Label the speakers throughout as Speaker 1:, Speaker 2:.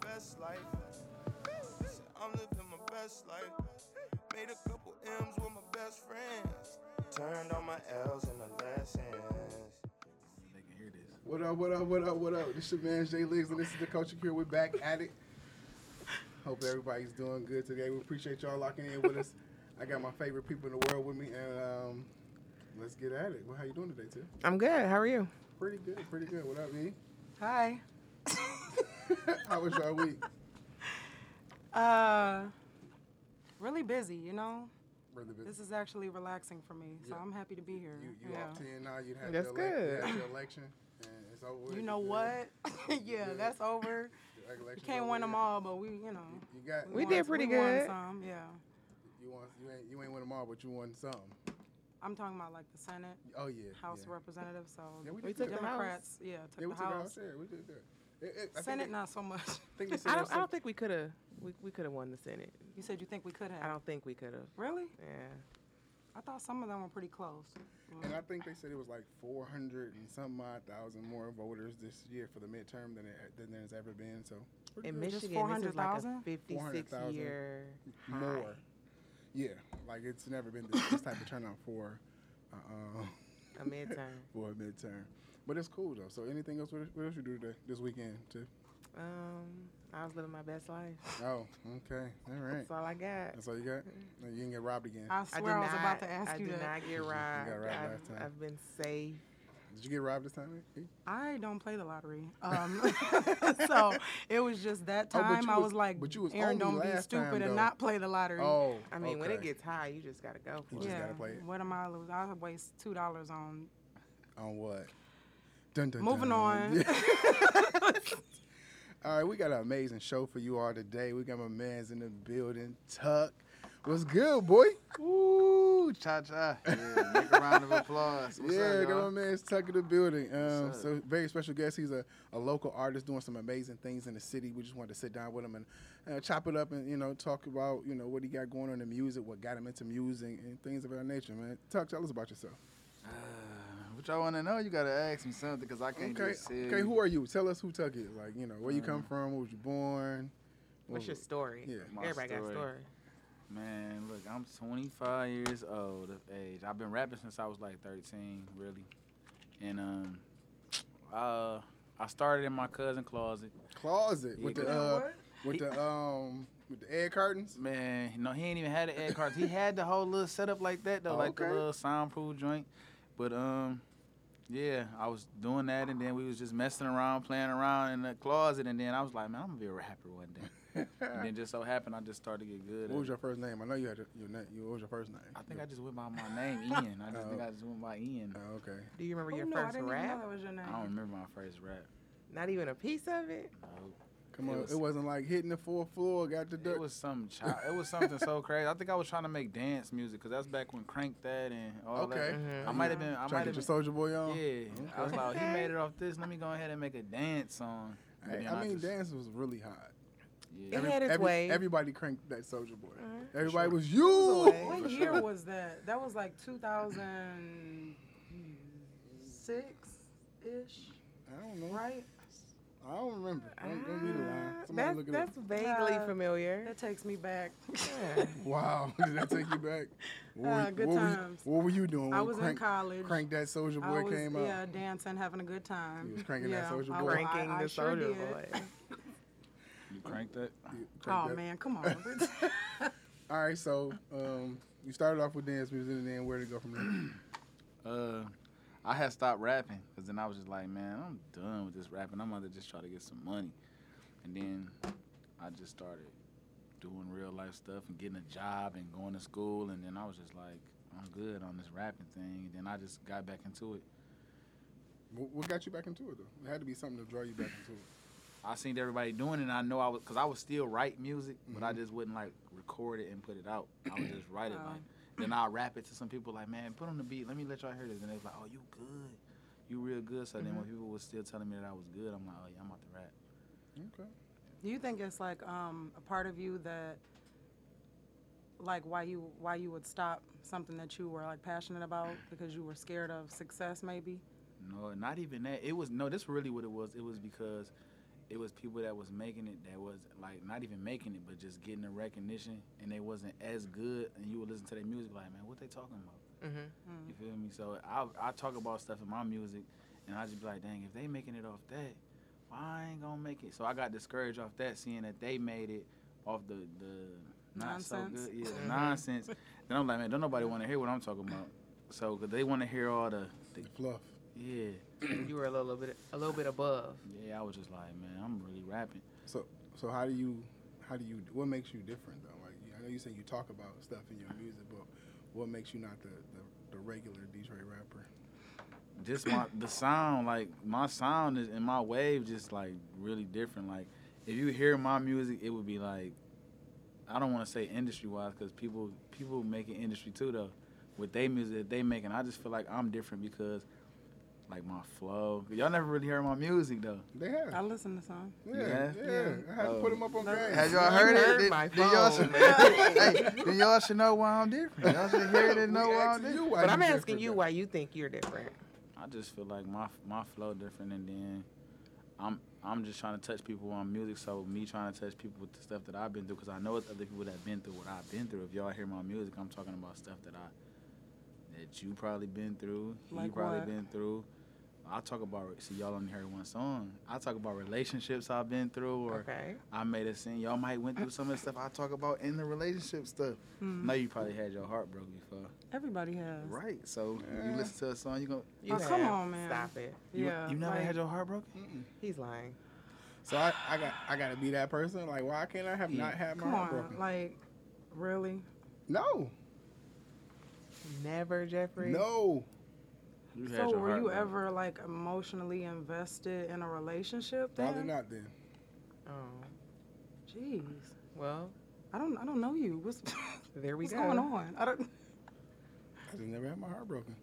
Speaker 1: best life. Said I'm living my best life. Made a couple M's with my best friends. Turned all my L's into lessons.
Speaker 2: They can hear this.
Speaker 3: What up, what up, what up, what up? This your man Jay Liggs, and this is the Culture Cure. We're back at it. Hope everybody's doing good today. We appreciate y'all locking in with us. I got my favorite people in the world with me, and um, let's get at it. Well, how you doing today, too?
Speaker 4: I'm good. How are you?
Speaker 3: Pretty good, pretty good. What up, E?
Speaker 4: Hi.
Speaker 3: how was your week?
Speaker 4: Uh, really busy, you know?
Speaker 3: Really busy.
Speaker 4: This is actually relaxing for me, so
Speaker 3: Yeah.
Speaker 4: I'm happy to be here.
Speaker 3: You, you
Speaker 4: yeah.
Speaker 3: off 10 now. You had
Speaker 4: That's
Speaker 3: your, elec-
Speaker 4: good.
Speaker 3: you had your election, and it's over. with.
Speaker 4: You know
Speaker 3: good.
Speaker 4: what? yeah,
Speaker 3: good.
Speaker 4: that's over.
Speaker 3: Your election's
Speaker 4: You can't
Speaker 3: over
Speaker 4: win them
Speaker 3: with.
Speaker 4: all, but we, you know,
Speaker 3: You got.
Speaker 4: we
Speaker 3: you
Speaker 4: did
Speaker 3: won-
Speaker 4: pretty we won good. some, yeah.
Speaker 3: You, won, you ain't you ain't win them all, but you won some.
Speaker 4: I'm talking about like the Senate,
Speaker 3: Oh yeah.
Speaker 4: House of
Speaker 3: yeah.
Speaker 4: Representatives. So
Speaker 3: Yeah, we
Speaker 4: the
Speaker 3: did good.
Speaker 4: Democrats. Yeah, took
Speaker 3: Yeah,
Speaker 4: the
Speaker 3: we took our
Speaker 4: House.
Speaker 3: share. We did good. It- it- I think
Speaker 4: Senate,
Speaker 3: they-
Speaker 4: not so much.
Speaker 3: I think they said
Speaker 5: I
Speaker 3: it
Speaker 5: don't,
Speaker 3: was
Speaker 5: I don't
Speaker 3: some-
Speaker 5: think we could have. We, we could have won the Senate.
Speaker 4: You said you think we could have.
Speaker 5: I don't think we could have.
Speaker 4: Really?
Speaker 5: Yeah.
Speaker 4: I thought some of them were pretty close.
Speaker 3: And I think they said it was like 400 and some odd thousand more voters this year for the midterm than it, than there's ever been. So pretty
Speaker 5: In
Speaker 3: good.
Speaker 4: Just
Speaker 5: Michigan, this is like a
Speaker 4: 400,000?
Speaker 5: 56
Speaker 3: 400,000
Speaker 5: year high.
Speaker 3: more. Yeah, like it's never been this, this type of turnout for uh, uh,
Speaker 5: A midterm.
Speaker 3: for a midterm. But it's cool though. So anything else? What, what else you do today this weekend? Too?
Speaker 5: Um, I was living my best life.
Speaker 3: Oh, okay, all right.
Speaker 5: That's all I got.
Speaker 3: That's all you got. You didn't get robbed again.
Speaker 4: I
Speaker 5: I did
Speaker 4: swear I, was
Speaker 5: not-
Speaker 4: about to ask
Speaker 5: I
Speaker 4: you
Speaker 5: did
Speaker 4: that.
Speaker 5: not get robbed.
Speaker 3: robbed
Speaker 5: I've-
Speaker 3: last time.
Speaker 5: I've been safe.
Speaker 3: Did you get robbed this time? Eh?
Speaker 4: I don't play the lottery. Um, so it was just that
Speaker 3: Oh, but
Speaker 4: time
Speaker 3: you
Speaker 4: I
Speaker 3: was-
Speaker 4: was, like,
Speaker 3: but you was
Speaker 4: Aaron,
Speaker 3: only
Speaker 4: don't be
Speaker 3: last
Speaker 4: stupid
Speaker 3: time, though."
Speaker 4: and not play the lottery.
Speaker 3: Oh,
Speaker 5: I mean, when it
Speaker 3: okay.
Speaker 5: gets high, you just gotta go for
Speaker 3: You
Speaker 5: it.
Speaker 3: just
Speaker 4: yeah.
Speaker 3: gotta play it.
Speaker 4: What am I lose? I waste two dollars on.
Speaker 3: On what? Dun, dun,
Speaker 4: Moving on.
Speaker 3: all right, we got an amazing show for you all today. We got my man's in the building, Tuck. What's good, boy?
Speaker 2: Ooh, cha cha. Yeah, make a round of applause. What's
Speaker 3: yeah,
Speaker 2: up,
Speaker 3: got
Speaker 2: y'all?
Speaker 3: my man's Tuck in the building. Um,
Speaker 2: What's up?
Speaker 3: so very special guest. He's a, a local artist doing some amazing things in the city. We just wanted to sit down with him and uh, chop it up and you know talk about you know what he got going on in music, what got him into music, and things of that nature. Man, Tuck, tell us about yourself.
Speaker 2: Uh, What y'all want to know? You gotta ask me something because I can't
Speaker 3: Okay,
Speaker 2: just say. Uh-huh.
Speaker 3: okay, who are you? Tell us who Tuck is. Like you know where you come from, where was you born? What
Speaker 5: What's your
Speaker 3: was-
Speaker 5: story?
Speaker 3: Yeah.
Speaker 2: My
Speaker 5: Everybody got a
Speaker 2: story.
Speaker 5: story.
Speaker 2: Man, look, I'm 25 years old of age. I've been rapping since I was like 13, really. And um, uh, I started in my cousin closet.
Speaker 3: closet with
Speaker 2: Yeah,
Speaker 3: the
Speaker 2: you
Speaker 4: know
Speaker 3: uh,
Speaker 4: what?
Speaker 3: with the um with the egg curtains.
Speaker 2: Man, no, he ain't even had the ad cards. He had the whole little setup like that though, like the
Speaker 3: Okay.
Speaker 2: little soundproof joint. But um, yeah, I was doing that, and then we was just messing around, playing around in the closet, and then I was like, man, I'm gonna be a rapper one day. and then just so happened, I just started to get good.
Speaker 3: What was
Speaker 2: at it.
Speaker 3: your first name? I know you had your, your name. You, what was your first name?
Speaker 2: I think I just went by my name, Ian. I just think I just went by Ian.
Speaker 3: Oh, okay.
Speaker 5: Do you remember
Speaker 4: Oh,
Speaker 5: your
Speaker 4: no, I
Speaker 5: first
Speaker 4: didn't even know
Speaker 5: rap?
Speaker 4: that was your
Speaker 2: I don't
Speaker 4: name.
Speaker 2: remember my first rap.
Speaker 5: Not even a piece of it.
Speaker 2: Nope.
Speaker 3: Come
Speaker 2: It
Speaker 3: on,
Speaker 2: was-
Speaker 3: it wasn't like hitting the fourth floor, got the dirt.
Speaker 2: It was some child. It was something so crazy. I think I was trying to make dance music because that's back when Crank that and all that.
Speaker 3: Okay.
Speaker 5: Mm-hmm.
Speaker 3: Mhm.
Speaker 2: I might have been.
Speaker 3: trying
Speaker 2: I might
Speaker 3: to get
Speaker 2: have
Speaker 3: your
Speaker 2: been.
Speaker 3: soldier boy on.
Speaker 2: Yeah, I was like, he made it off this. Let me go ahead and make a dance song. But
Speaker 3: Hey,
Speaker 2: then
Speaker 3: I mean,
Speaker 2: just-
Speaker 3: dance was really hot.
Speaker 2: Yeah.
Speaker 5: It had its way.
Speaker 3: Everybody cranked that soldier boy.
Speaker 5: Mhm.
Speaker 3: Everybody
Speaker 2: sure.
Speaker 3: was you.
Speaker 5: It was
Speaker 4: What
Speaker 2: For
Speaker 4: year
Speaker 2: sure.
Speaker 4: was that? That was like 2006 ish,
Speaker 3: I don't know.
Speaker 4: right?
Speaker 3: I don't remember. Don't, don't be the line.
Speaker 5: Ah,
Speaker 3: Somebody
Speaker 5: that's
Speaker 3: look it
Speaker 5: that's
Speaker 3: up.
Speaker 5: vaguely
Speaker 4: Uh,
Speaker 5: familiar.
Speaker 4: That takes me back.
Speaker 5: Yeah.
Speaker 3: Wow, did that take you back? What
Speaker 4: Uh,
Speaker 3: were-
Speaker 4: good
Speaker 3: what were you-
Speaker 4: times.
Speaker 3: what were you doing?
Speaker 4: I
Speaker 3: when
Speaker 4: was in
Speaker 3: crank,
Speaker 4: college.
Speaker 3: Crank that soldier boy
Speaker 4: I was,
Speaker 3: came out.
Speaker 4: yeah, dancing, having a good time.
Speaker 3: You was cranking that
Speaker 4: yeah,
Speaker 3: Soulja
Speaker 4: I
Speaker 3: Boy.
Speaker 4: was- I-
Speaker 5: Ranking
Speaker 4: I
Speaker 5: the
Speaker 4: sure
Speaker 5: soldier
Speaker 4: did.
Speaker 5: boy.
Speaker 2: You cranked that?
Speaker 3: You cranked
Speaker 4: Oh
Speaker 3: that-
Speaker 4: man, come on.
Speaker 3: All right, so um, you started off with dance music, and then where to go from there?
Speaker 2: Uh, I had stopped rapping because then I was just like, man, I'm done with this rapping. I'm gonna just try to get some money. And then I just started doing real life stuff and getting a job and going to school. And then I was just like, I'm good on this rapping thing. And then I just got back into it.
Speaker 3: Wh- what got you back into it though? It had to be something to draw you back into it.
Speaker 2: I seen everybody doing it, and I know I was, because I was still write music, but I just wouldn't like record it and put it out. I would just write it.
Speaker 4: Oh.
Speaker 2: Like, then I'll rap it to some people, like, man, put on the beat, let me let y'all hear this. And they was like, oh, you good. You real good. So then when people was still telling me that I was good, I'm like, oh, yeah, I'm about to rap.
Speaker 3: Okay.
Speaker 4: Do you think it's like um, a part of you that, like, why you why you would stop something that you were like passionate about because you were scared of success, maybe?
Speaker 2: No, not even that. It was, no, this really what it was. It was because it was people that was making it that was like not even making it, but just getting the recognition, and they wasn't as good. And you would listen to their music like, man, what they talking about?
Speaker 5: Mhm.
Speaker 2: You feel me? So I I talk about stuff in my music, and I just be like, dang, if they making it off that, why I ain't gonna make it? So I got discouraged off that, seeing that they made it off the the not
Speaker 4: Nonsense.
Speaker 2: so good, yeah,
Speaker 5: Mhm.
Speaker 2: nonsense. Then I'm like, man, don't nobody want to hear what I'm talking about. So 'cause they want to hear all the, the
Speaker 3: Fluff.
Speaker 2: yeah.
Speaker 5: Mm-hmm. You were a little bit a little bit above.
Speaker 2: Yeah, I was just like, man, I'm really rapping.
Speaker 3: So how do you, how do you, what makes you different though? Like you- I know you say you talk about stuff in your music, but what makes you not the the, the regular Detroit rapper?
Speaker 2: Just my the sound, like my sound is and my wave just like really different. Like if you hear my music, it would be like I don't want to say industry wise because people people make it industry too though. With they music that they making, I just feel like I'm different because like my flow. Y'all never really heard my music though.
Speaker 3: They have.
Speaker 4: I listen to some.
Speaker 3: Yeah, yeah.
Speaker 2: Yeah.
Speaker 3: I had to put
Speaker 2: Oh.
Speaker 3: him up on
Speaker 4: Uh, No.
Speaker 3: grade.
Speaker 2: Have y'all heard
Speaker 5: heard
Speaker 2: it? Did-
Speaker 5: my
Speaker 2: did y'all
Speaker 5: phone.
Speaker 2: should, hey, then y'all should know why I'm different. Y'all should hear it and know
Speaker 3: We
Speaker 2: why I'm
Speaker 3: asking
Speaker 2: different.
Speaker 3: you why
Speaker 5: But
Speaker 3: you
Speaker 5: I'm asking
Speaker 3: different
Speaker 5: you
Speaker 3: though.
Speaker 5: why you think you're different.
Speaker 2: I just feel like my my flow different, and then I'm I'm just trying to touch people on music. So me trying to touch people with the stuff that I've been through, because I know it's other people that have been through what I've been through. If y'all hear my music, I'm talking about stuff that I that you probably been through, he
Speaker 4: Like
Speaker 2: probably
Speaker 4: what?
Speaker 2: been through. I talk about see y'all only heard one song. I talk about relationships I've been through, or
Speaker 5: Okay.
Speaker 2: I made a scene. Y'all might went through some of the stuff I talk about in the relationship stuff.
Speaker 4: Mm.
Speaker 2: No, you probably had your heart broke before,
Speaker 4: Everybody has.
Speaker 2: right? So
Speaker 3: Yeah.
Speaker 2: you listen to a song, you go,
Speaker 5: You
Speaker 4: Oh, come
Speaker 5: have-
Speaker 4: on, man.
Speaker 5: Stop it.
Speaker 2: you,
Speaker 4: Yeah.
Speaker 2: you never
Speaker 4: like,
Speaker 2: had your heart broken.
Speaker 3: Mm-mm.
Speaker 5: He's lying.
Speaker 3: So I, I got I gotta be that person. Like why can't I have
Speaker 2: Yeah.
Speaker 3: not had my
Speaker 4: Come
Speaker 3: heart
Speaker 4: on,
Speaker 3: broken?
Speaker 4: like, really?
Speaker 3: no,
Speaker 5: Never, Jeffrey.
Speaker 3: no.
Speaker 2: You had
Speaker 4: so,
Speaker 2: your
Speaker 4: were
Speaker 2: heart
Speaker 4: you
Speaker 2: broken.
Speaker 4: ever like emotionally invested in a relationship?
Speaker 3: Probably
Speaker 4: then?
Speaker 3: not then.
Speaker 5: Oh,
Speaker 4: Jeez,
Speaker 5: well,
Speaker 4: I don't, I don't know you. What's,
Speaker 5: there we
Speaker 4: what's
Speaker 5: go.
Speaker 4: going on? I don't.
Speaker 3: I just never had my heart broken.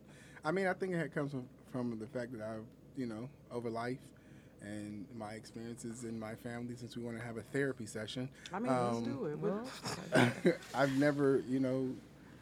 Speaker 3: I mean, I think it had comes from, from the fact that I've, you know, over life and my experiences in my family since we want to have a therapy session.
Speaker 4: I mean,
Speaker 3: Um,
Speaker 4: let's do it.
Speaker 5: Well,
Speaker 4: What-
Speaker 3: I've never, you know,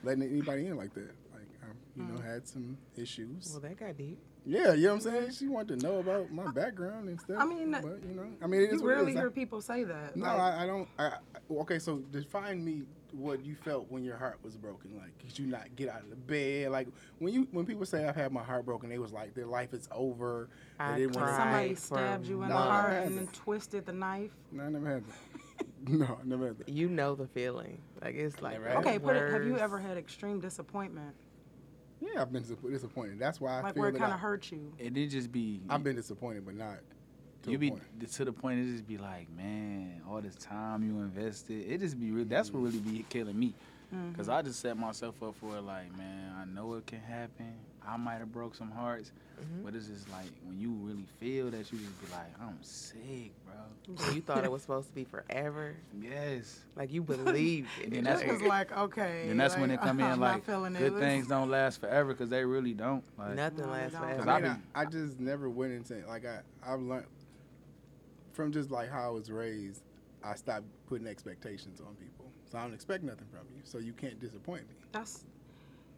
Speaker 3: letting anybody in like that. Like, I've, you know, had some issues.
Speaker 5: well, that got deep.
Speaker 3: yeah, you know what I'm saying? She wanted to know about my background and stuff.
Speaker 4: I mean,
Speaker 3: but, you know, I mean, it is
Speaker 4: you
Speaker 3: what it
Speaker 4: rarely
Speaker 3: is. I-
Speaker 4: hear people say that.
Speaker 3: No,
Speaker 4: like,
Speaker 3: I, I don't. I, I- okay, so define me what you felt when your heart was broken. Like, did you not get out of the bed? Like, when you when people say I've had my heart broken, they was like their life is over. They
Speaker 5: I
Speaker 3: didn't wanna-
Speaker 5: cried.
Speaker 4: somebody
Speaker 5: Right,
Speaker 4: stabbed
Speaker 5: from-
Speaker 4: you in
Speaker 3: No,
Speaker 4: the
Speaker 3: I
Speaker 4: heart
Speaker 3: haven't.
Speaker 4: and then twisted the knife.
Speaker 3: No, I never had that. no, I never had that.
Speaker 5: You know the feeling. Like it's like
Speaker 3: Never had
Speaker 4: Okay,
Speaker 5: the
Speaker 4: put it. Have you
Speaker 5: worst.
Speaker 4: ever had extreme disappointment?
Speaker 3: Yeah, I've been disap- disappointed. That's why I
Speaker 4: like
Speaker 3: feel
Speaker 4: where it
Speaker 3: that
Speaker 4: kind
Speaker 3: I-
Speaker 4: of hurt you?
Speaker 2: It did just be.
Speaker 3: I've been disappointed, but not. To
Speaker 2: you
Speaker 3: a
Speaker 2: be
Speaker 3: point.
Speaker 2: to the point. It just be like, man, all this time you invested. It just be. Re- that's what really be killing me.
Speaker 4: Mm-hmm.
Speaker 2: Cause I just set myself up for it, like, man, I know it can happen. I might have broke some hearts,
Speaker 4: Mm-hmm.
Speaker 5: Mhm.
Speaker 2: but it's just like when you really feel that, you just be like, I'm sick, bro.
Speaker 5: So you thought it was supposed to be forever.
Speaker 2: Yes.
Speaker 5: Like you believed it.
Speaker 2: then
Speaker 4: That's
Speaker 2: that's
Speaker 4: was
Speaker 2: when-
Speaker 4: like okay.
Speaker 2: And that's when they
Speaker 4: like,
Speaker 2: come
Speaker 4: I'm not
Speaker 2: in like
Speaker 4: feeling it.
Speaker 2: good
Speaker 4: Let's-
Speaker 2: things don't last forever, cause they really don't. Like,
Speaker 5: Nothing
Speaker 4: No,
Speaker 5: lasts
Speaker 4: they
Speaker 5: forever.
Speaker 4: don't.
Speaker 3: I,
Speaker 2: I've
Speaker 3: mean,
Speaker 2: been-
Speaker 3: I, I just never went into like I I've learned from just like how I was raised. I stopped putting expectations on people, so I don't expect nothing from you. So you can't disappoint me.
Speaker 4: That's.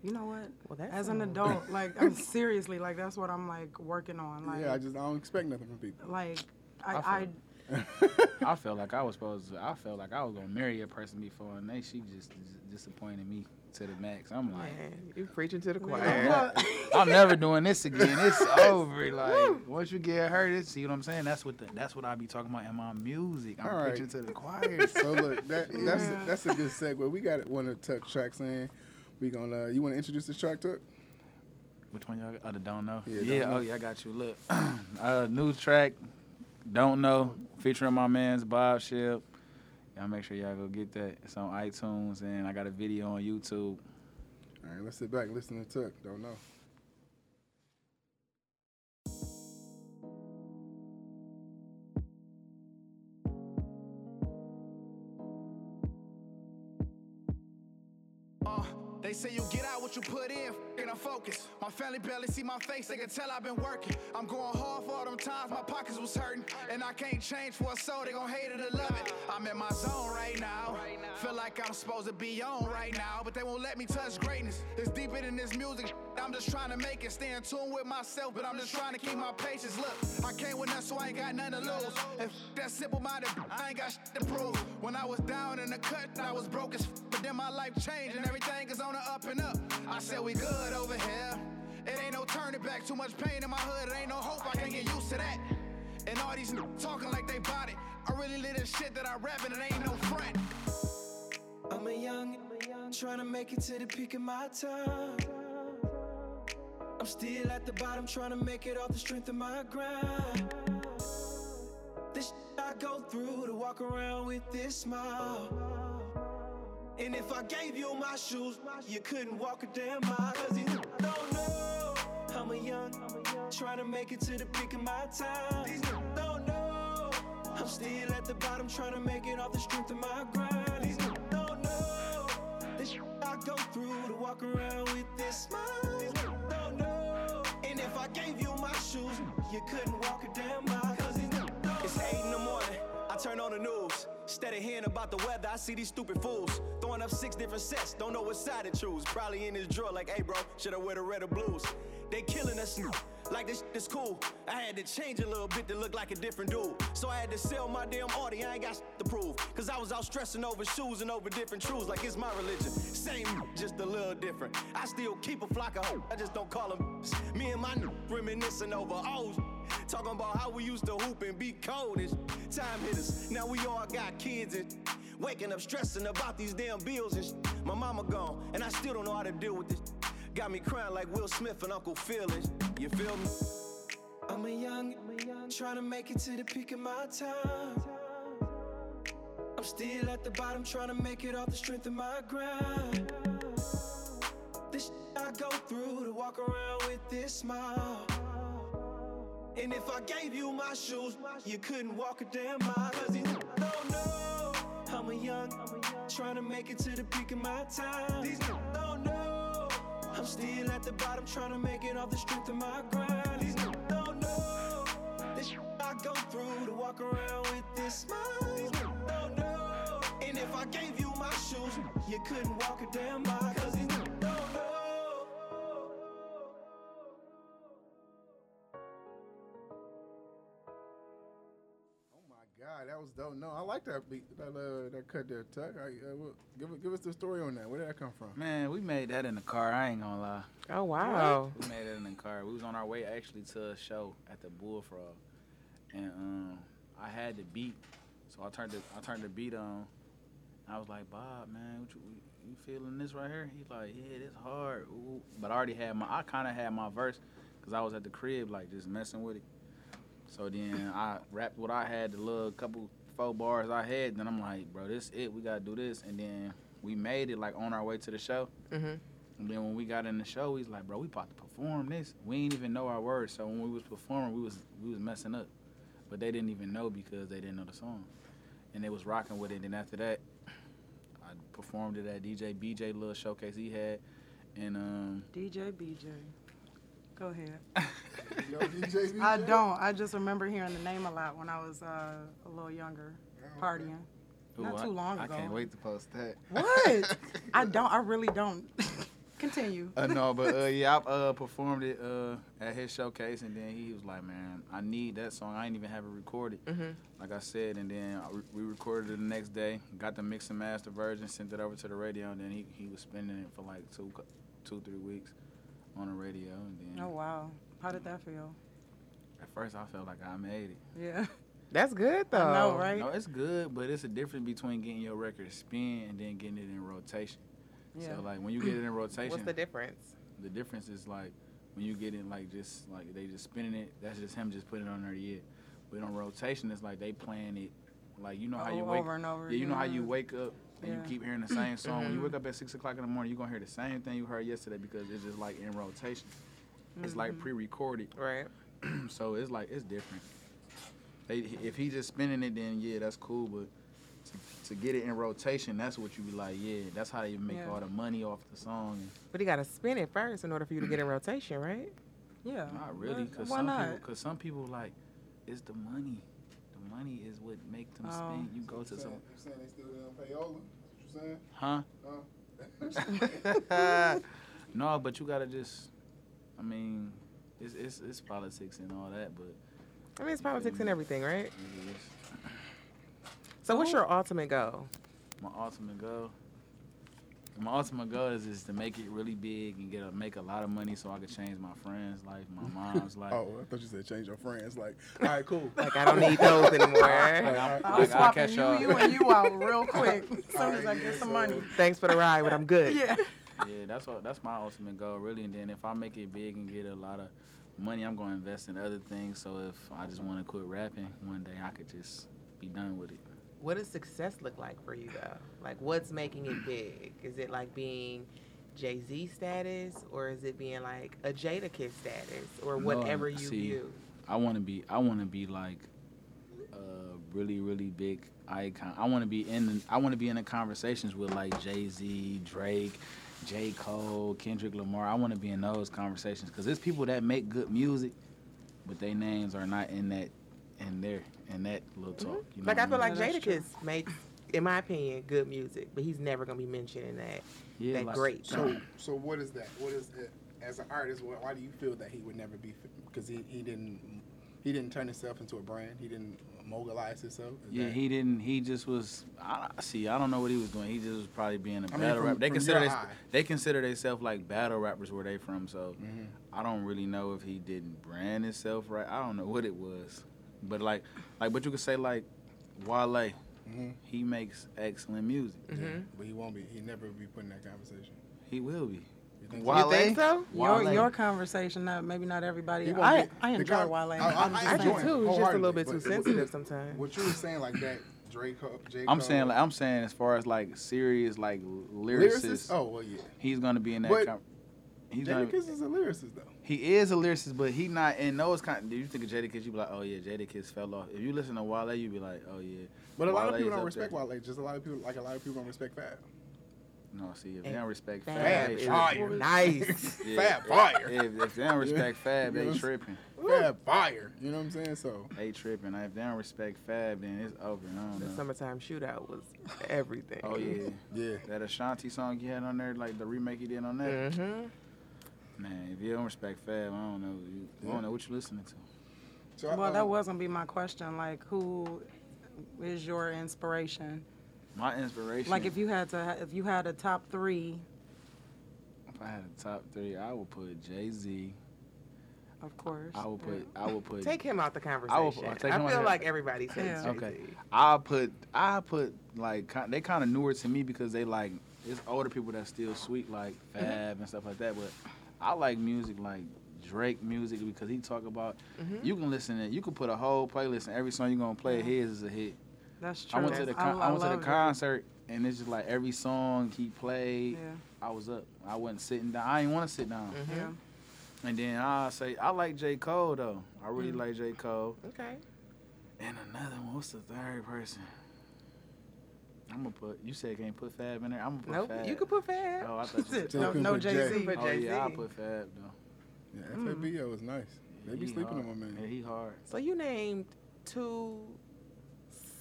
Speaker 4: You know what?
Speaker 5: Well, that
Speaker 4: As an
Speaker 5: sounds-
Speaker 4: adult, like I'm seriously like that's what I'm like working on. Like,
Speaker 3: yeah, I just I don't expect nothing from people.
Speaker 4: like
Speaker 2: I
Speaker 4: I,
Speaker 2: feel
Speaker 4: I
Speaker 2: it. I felt like I was supposed to. I felt like I was gonna marry a person before, and they she just dis- disappointed me to the max. I'm like,
Speaker 5: Man, you preaching to the choir.
Speaker 4: Well,
Speaker 2: I'm never doing this again. It's over. Like once you get hurt, it's see what I'm saying. That's what the, that's what I be talking about in my music. I'm
Speaker 3: All right.
Speaker 2: preaching to the choir.
Speaker 3: so look, that, that's
Speaker 4: Yeah.
Speaker 3: that's a good segue. We got one of Tuck tracks in. We gonna uh, you want to introduce this track, Tuck?
Speaker 2: Which one y'all? Oh, the don't know.
Speaker 3: Yeah,
Speaker 2: Yeah.
Speaker 3: Don't Know.
Speaker 2: Oh yeah, I got you. Look, uh, new track, don't know, featuring my man's Bob Shep. Y'all make sure y'all go get that. It's on iTunes, and I got a video on YouTube.
Speaker 3: All right, let's sit back, listen to Tuck. Don't know.
Speaker 1: Uh,
Speaker 6: They say you get out what you put in, and I'm focused. My family barely see my face, they can tell I've been working. I'm going hard for all them times my pockets was hurting, and I can't change for a soul, they gon' hate it or love it. I'm in my zone right now, feel like I'm supposed to be on right now, but they won't let me touch greatness. It's deeper than this music, I'm just trying to make it. Stay in tune with myself, but I'm just trying to keep my patience. Look, I can't win, that's why I ain't got nothing to lose. If that simple minded, I ain't got shit to prove. When I was down in the cut, I was broke as f- but then my life changed and everything is on the up and up. I said we good over here. It ain't no turning back. Too much pain in my hood. It ain't no hope. I can't get used to that. And all these n- talking like they bought it. I really live this shit that I rap and it ain't no front.
Speaker 7: I'm a young, tryna make it to the peak of my time. I'm still at the bottom, tryna make it off the strength of my grind. This shit I go through to walk around with this smile. And if I gave you my shoes, you couldn't walk a damn mile. Cause you don't know. I'm a young, tryna make it to the peak of my time. These niggas don't know. I'm still at the bottom, tryna make it off the strength of my grind. These niggas don't know. This shit I go through to walk around with this smile. These niggas don't know. And if I gave you my shoes, you couldn't walk a damn mile. Cause these niggas don't
Speaker 8: It's eight in the morning. I turn on the news. Instead of hearing about the weather, I see these stupid fools throwing up six different sets. Don't know what side to choose. Probably in this drawer, like, hey, bro, should I wear the red or blues? They killing us now. Like this shit is cool. I had to change a little bit to look like a different dude. So I had to sell my damn Audi. I ain't got shit to prove. Cause I was out stressing over shoes and over different truths. Like it's my religion. Same, just a little different. I still keep a flock of hoes. I just don't call them. Me and my reminiscing over old Talking about how we used to hoop and be cold and sh- time hit us. Now we all got kids and sh- waking up stressing about these damn bills and sh- my mama gone and I still don't know how to deal with this. sh- Got me crying like Will Smith and Uncle Phil and sh- you feel me?
Speaker 7: I'm a young, tryna make it to the peak of my time. I'm still at the bottom, tryna make it off the strength of my grind. This shit I go through to walk around with this smile. And if I gave you my shoes, you couldn't walk a damn mile. Cause you don't know. I'm a young, tryna make it to the peak of my time. These niggas don't know. I'm still at the bottom, tryna make it off the strength of my grind. These niggas don't know. This shit I go through to walk around with this smile. These niggas don't know. And if I gave you my shoes, you couldn't walk a damn mile. Cause these niggas don't know.
Speaker 3: Oh my God, that was dope. No, I like that beat. That uh, that cut there, Tuck. I, uh, well, give give us the story on that. Where did that come from?
Speaker 2: Man, we made that in the car. I ain't gonna lie.
Speaker 5: Oh wow.
Speaker 2: We made it in the car. We was on our way actually to a show at the Bullfrog, and um, I had the beat, so I turned the I turned the beat on. I was like, Bob, man, what you, you feeling this right here? He's like, Yeah, this hard. Ooh. But I already had my I kind of had my verse, cause I was at the crib like just messing with it. So then I rapped what I had, the little couple four bars I had. Then I'm like, bro, this it. We gotta do this. And then we made it like on our way to the show.
Speaker 5: Mhm.
Speaker 2: And then when we got in the show, he's like, bro, we about to perform this. We ain't even know our words. So when we was performing, we was we was messing up, but they didn't even know because they didn't know the song, and they was rocking with it. And after that, I performed it at DJ BJ little showcase he had, and um.
Speaker 4: DJ BJ. Go ahead.
Speaker 3: You know, DJ,
Speaker 4: I don't. I just remember hearing the name a lot when I was uh, a little younger,
Speaker 3: Oh,
Speaker 4: partying. Not
Speaker 2: I-
Speaker 4: too long
Speaker 2: I
Speaker 4: ago.
Speaker 2: can't wait to post that.
Speaker 4: What? I don't. I really don't. Continue.
Speaker 2: uh, no, but uh, yeah, I uh, performed it uh, at his showcase, and then he was like, "Man, I need that song. I ain't even have it recorded."
Speaker 4: Mm-hmm.
Speaker 5: Mhm.
Speaker 2: Like I said, and then I re- we recorded it the next day. Got the mix and master version, sent it over to the radio, and then he, he was spending it for like two, cou- two three weeks on the radio. And then
Speaker 4: Oh wow. How did that feel?
Speaker 2: at first, I felt like I made it.
Speaker 4: Yeah.
Speaker 5: That's good though.
Speaker 4: I know, right?
Speaker 2: No, it's good, but it's a difference between getting your record spin and then getting it in rotation.
Speaker 4: Yeah.
Speaker 2: So like when you get it in rotation,
Speaker 5: What's the difference?
Speaker 2: The difference is like when you get in like just like they just spinning it, that's just him just putting it on their ear. But on rotation it's like they playing it like you know how you
Speaker 4: O-
Speaker 2: wake
Speaker 4: over and over
Speaker 2: Yeah, you know how you
Speaker 4: again.
Speaker 2: wake up and
Speaker 4: Yeah. Mm-hmm.
Speaker 2: you keep hearing the same song. When you wake up at six o'clock in the morning, you're gonna hear the same thing you heard yesterday because it's just like in rotation. It's like
Speaker 4: Mm-hmm.
Speaker 2: pre recorded.
Speaker 5: Right.
Speaker 2: So it's like it's different. They, if he just spinning it, then yeah, that's cool. But to, to get it in rotation, that's what you be like, yeah, that's how they make
Speaker 4: Yeah.
Speaker 2: all the money off the song.
Speaker 5: But you gotta spin it first in order for you to get in rotation, right?
Speaker 4: Yeah.
Speaker 2: Not really,
Speaker 4: Why-
Speaker 2: because
Speaker 4: why
Speaker 2: some
Speaker 4: not?
Speaker 2: people, cause some people like, it's the money. The money is what make them
Speaker 4: Oh.
Speaker 2: spend. You go
Speaker 3: You
Speaker 2: to some,
Speaker 3: saying, you saying they still doing payola? That's what you saying?
Speaker 2: huh?
Speaker 3: Huh?
Speaker 2: no, but you gotta just, I mean, it's it's, it's politics and all that, but
Speaker 5: I mean, it's politics and everything, right?
Speaker 2: it is.
Speaker 5: So, what's your ultimate goal?
Speaker 2: my ultimate goal. My ultimate goal is, is to make it really big and get a, make a lot of money so I can change my friends' life, my mom's life.
Speaker 3: Oh, I thought you said change your friends. Like, all right, cool.
Speaker 5: Like, I don't need those
Speaker 2: Like,
Speaker 5: anymore.
Speaker 2: I'm,
Speaker 4: I'm
Speaker 2: like, I'll
Speaker 4: swapping
Speaker 2: catch
Speaker 4: you,
Speaker 2: y'all.
Speaker 4: you, and you out real quick as soon as I
Speaker 3: Alright,
Speaker 4: get some
Speaker 3: so-
Speaker 4: money.
Speaker 5: Thanks for the ride, but I'm good.
Speaker 4: Yeah.
Speaker 2: Yeah, that's what that's my ultimate goal, really. And then if I make it big and get a lot of money, I'm gonna invest in other things. So if I just want to quit rapping one day, I could just be done with it.
Speaker 5: What does success look like for you though? Like what's making it big? Is it like being Jay Z status or is it being like a Jada Kiss status or
Speaker 2: No,
Speaker 5: whatever you
Speaker 2: see.
Speaker 5: view?
Speaker 2: I want to be I want to be like a really really big icon. I want to be in I want to be in the conversations with like Jay Z, Drake, J Cole, Kendrick Lamar. I want to be in those conversations because there's people that make good music, but their names are not in that in there in that little talk. You know
Speaker 5: Mm-hmm. Like I feel
Speaker 2: what
Speaker 5: like
Speaker 4: Yeah, that's
Speaker 5: Jada
Speaker 4: true.
Speaker 5: Kiss makes, in my opinion, good music, but he's never gonna be mentioned in that.
Speaker 2: mean?
Speaker 5: that great.
Speaker 3: So, so what is that? What is it? As an artist, why, why do you feel that he would never be? Because he, he didn't he didn't turn himself into a brand. He didn't mogulize himself. Is
Speaker 2: Yeah,
Speaker 3: that-
Speaker 2: he didn't. He just was. I see. I don't know what he was doing. He just was probably being a
Speaker 3: I mean,
Speaker 2: battle
Speaker 3: from-
Speaker 2: rapper. They
Speaker 3: from
Speaker 2: consider
Speaker 3: your
Speaker 2: they,
Speaker 3: eye.
Speaker 2: they consider themselves like battle rappers where they from. So
Speaker 3: Mm-hmm.
Speaker 2: I don't really know if he didn't brand himself right. I don't know what it was, but like, like, but you could say like, Wale.
Speaker 3: Mhm.
Speaker 2: He makes excellent music.
Speaker 3: Mm-hmm.
Speaker 4: Mm-hmm.
Speaker 5: Mhm.
Speaker 3: but he won't be. He never be put in that conversation.
Speaker 2: He will be.
Speaker 3: You think so?
Speaker 2: Wale.
Speaker 5: You think so?
Speaker 2: Wale.
Speaker 4: Your, your conversation, not, maybe not everybody.
Speaker 3: He won't
Speaker 4: I,
Speaker 3: get-
Speaker 4: I
Speaker 3: the
Speaker 4: enjoy
Speaker 3: guy-
Speaker 4: Wale.
Speaker 3: I- I-
Speaker 4: I'm just
Speaker 3: I
Speaker 5: I do
Speaker 4: saying.
Speaker 3: enjoy it.
Speaker 5: too. He's just a little bit too
Speaker 3: Wholeheartedly, but-
Speaker 5: sensitive sometimes.
Speaker 3: What you were saying like that, Drake, J.
Speaker 2: I'm
Speaker 3: Cole-
Speaker 2: saying like I'm saying as far as like serious like lyricist,
Speaker 3: lyricist. Oh well, yeah.
Speaker 2: he's gonna be in that.
Speaker 3: But-
Speaker 2: com- he's gonna.
Speaker 3: Jadakiss is a lyricist though.
Speaker 2: He is a lyricist, but he not in those kind. Do you think of Jadakiss? You be like, oh yeah, Jadakiss fell off. If you listen to Wale, you be like, oh yeah.
Speaker 3: But a lot
Speaker 2: Wale
Speaker 3: of people
Speaker 2: is
Speaker 3: don't
Speaker 2: up
Speaker 3: respect
Speaker 2: there.
Speaker 3: Wale. Just a lot of people like a lot of people don't respect Fab.
Speaker 2: No, see, if they
Speaker 5: And
Speaker 2: don't respect Fab,
Speaker 5: Fab
Speaker 2: they
Speaker 5: is
Speaker 3: fire.
Speaker 5: nice.
Speaker 2: yeah,
Speaker 3: Fab fire.
Speaker 2: If, if they don't respect Fab,
Speaker 3: You know
Speaker 2: they
Speaker 3: what I'm
Speaker 2: tripping.
Speaker 3: Fab fire. You know what I'm saying? So
Speaker 2: They tripping. If they don't respect Fab, then it's over. I don't
Speaker 5: the
Speaker 2: know.
Speaker 5: summertime shootout was everything.
Speaker 2: Oh yeah,
Speaker 3: yeah.
Speaker 2: that Ashanti song you had on there, like the remake you did on that.
Speaker 5: Mm-hmm.
Speaker 2: Man, if you don't respect Fab, I don't know. You, I
Speaker 3: Yeah.
Speaker 2: don't know what you listening to.
Speaker 3: So I-
Speaker 4: Well, that
Speaker 3: um,
Speaker 4: was gonna be my question. Like, who is your inspiration?
Speaker 2: My inspiration.
Speaker 4: Like, if you had to, ha- if you had a top three,
Speaker 2: if I had a top three, I would put Jay Z.
Speaker 4: of course.
Speaker 2: I would put. I would put.
Speaker 5: Take him out the
Speaker 2: I will-
Speaker 5: conversation. I,
Speaker 2: I'll take him out
Speaker 5: feel
Speaker 2: of-
Speaker 5: like everybody says
Speaker 4: Yeah.
Speaker 5: Jay-Z.
Speaker 2: Okay. I put I put like ki- they kind of newer to me because they like it's older people that's still sweet like
Speaker 4: Mm-hmm.
Speaker 2: Fab and stuff like that. But I like music like Drake music because he talk about
Speaker 4: Mm-hmm.
Speaker 2: you can listen to you can put a whole playlist and every song you are gonna play his is a hit.
Speaker 4: That's
Speaker 2: I
Speaker 4: true.
Speaker 2: went to the con- I, went to the
Speaker 4: love that.
Speaker 2: concert and it's just like every song he played,
Speaker 4: Yeah,
Speaker 2: I was up. I wasn't sitting down. I didn't want to sit down.
Speaker 5: Mhm.
Speaker 3: Mm-hmm.
Speaker 4: yeah. Mm.
Speaker 2: And then I say I like J Cole though. I really like J Cole.
Speaker 5: Okay.
Speaker 2: And another one. What's the third person? I'm gonna put. You said can't put Fab in there. I'm gonna put
Speaker 5: Nope.
Speaker 2: Fab.
Speaker 5: You could put Fab.
Speaker 2: Oh, I thought you said.
Speaker 3: Jay
Speaker 4: No,
Speaker 3: couldn't
Speaker 4: no
Speaker 3: put Jay.
Speaker 4: Jay
Speaker 5: You
Speaker 4: Z.
Speaker 5: could put
Speaker 2: oh yeah, I
Speaker 5: Jay-Z.
Speaker 2: put Fab though.
Speaker 3: Yeah, FABO is nice. They be
Speaker 2: He
Speaker 3: sleeping
Speaker 2: hard.
Speaker 3: on my man.
Speaker 2: Yeah, he hard.
Speaker 5: So you named two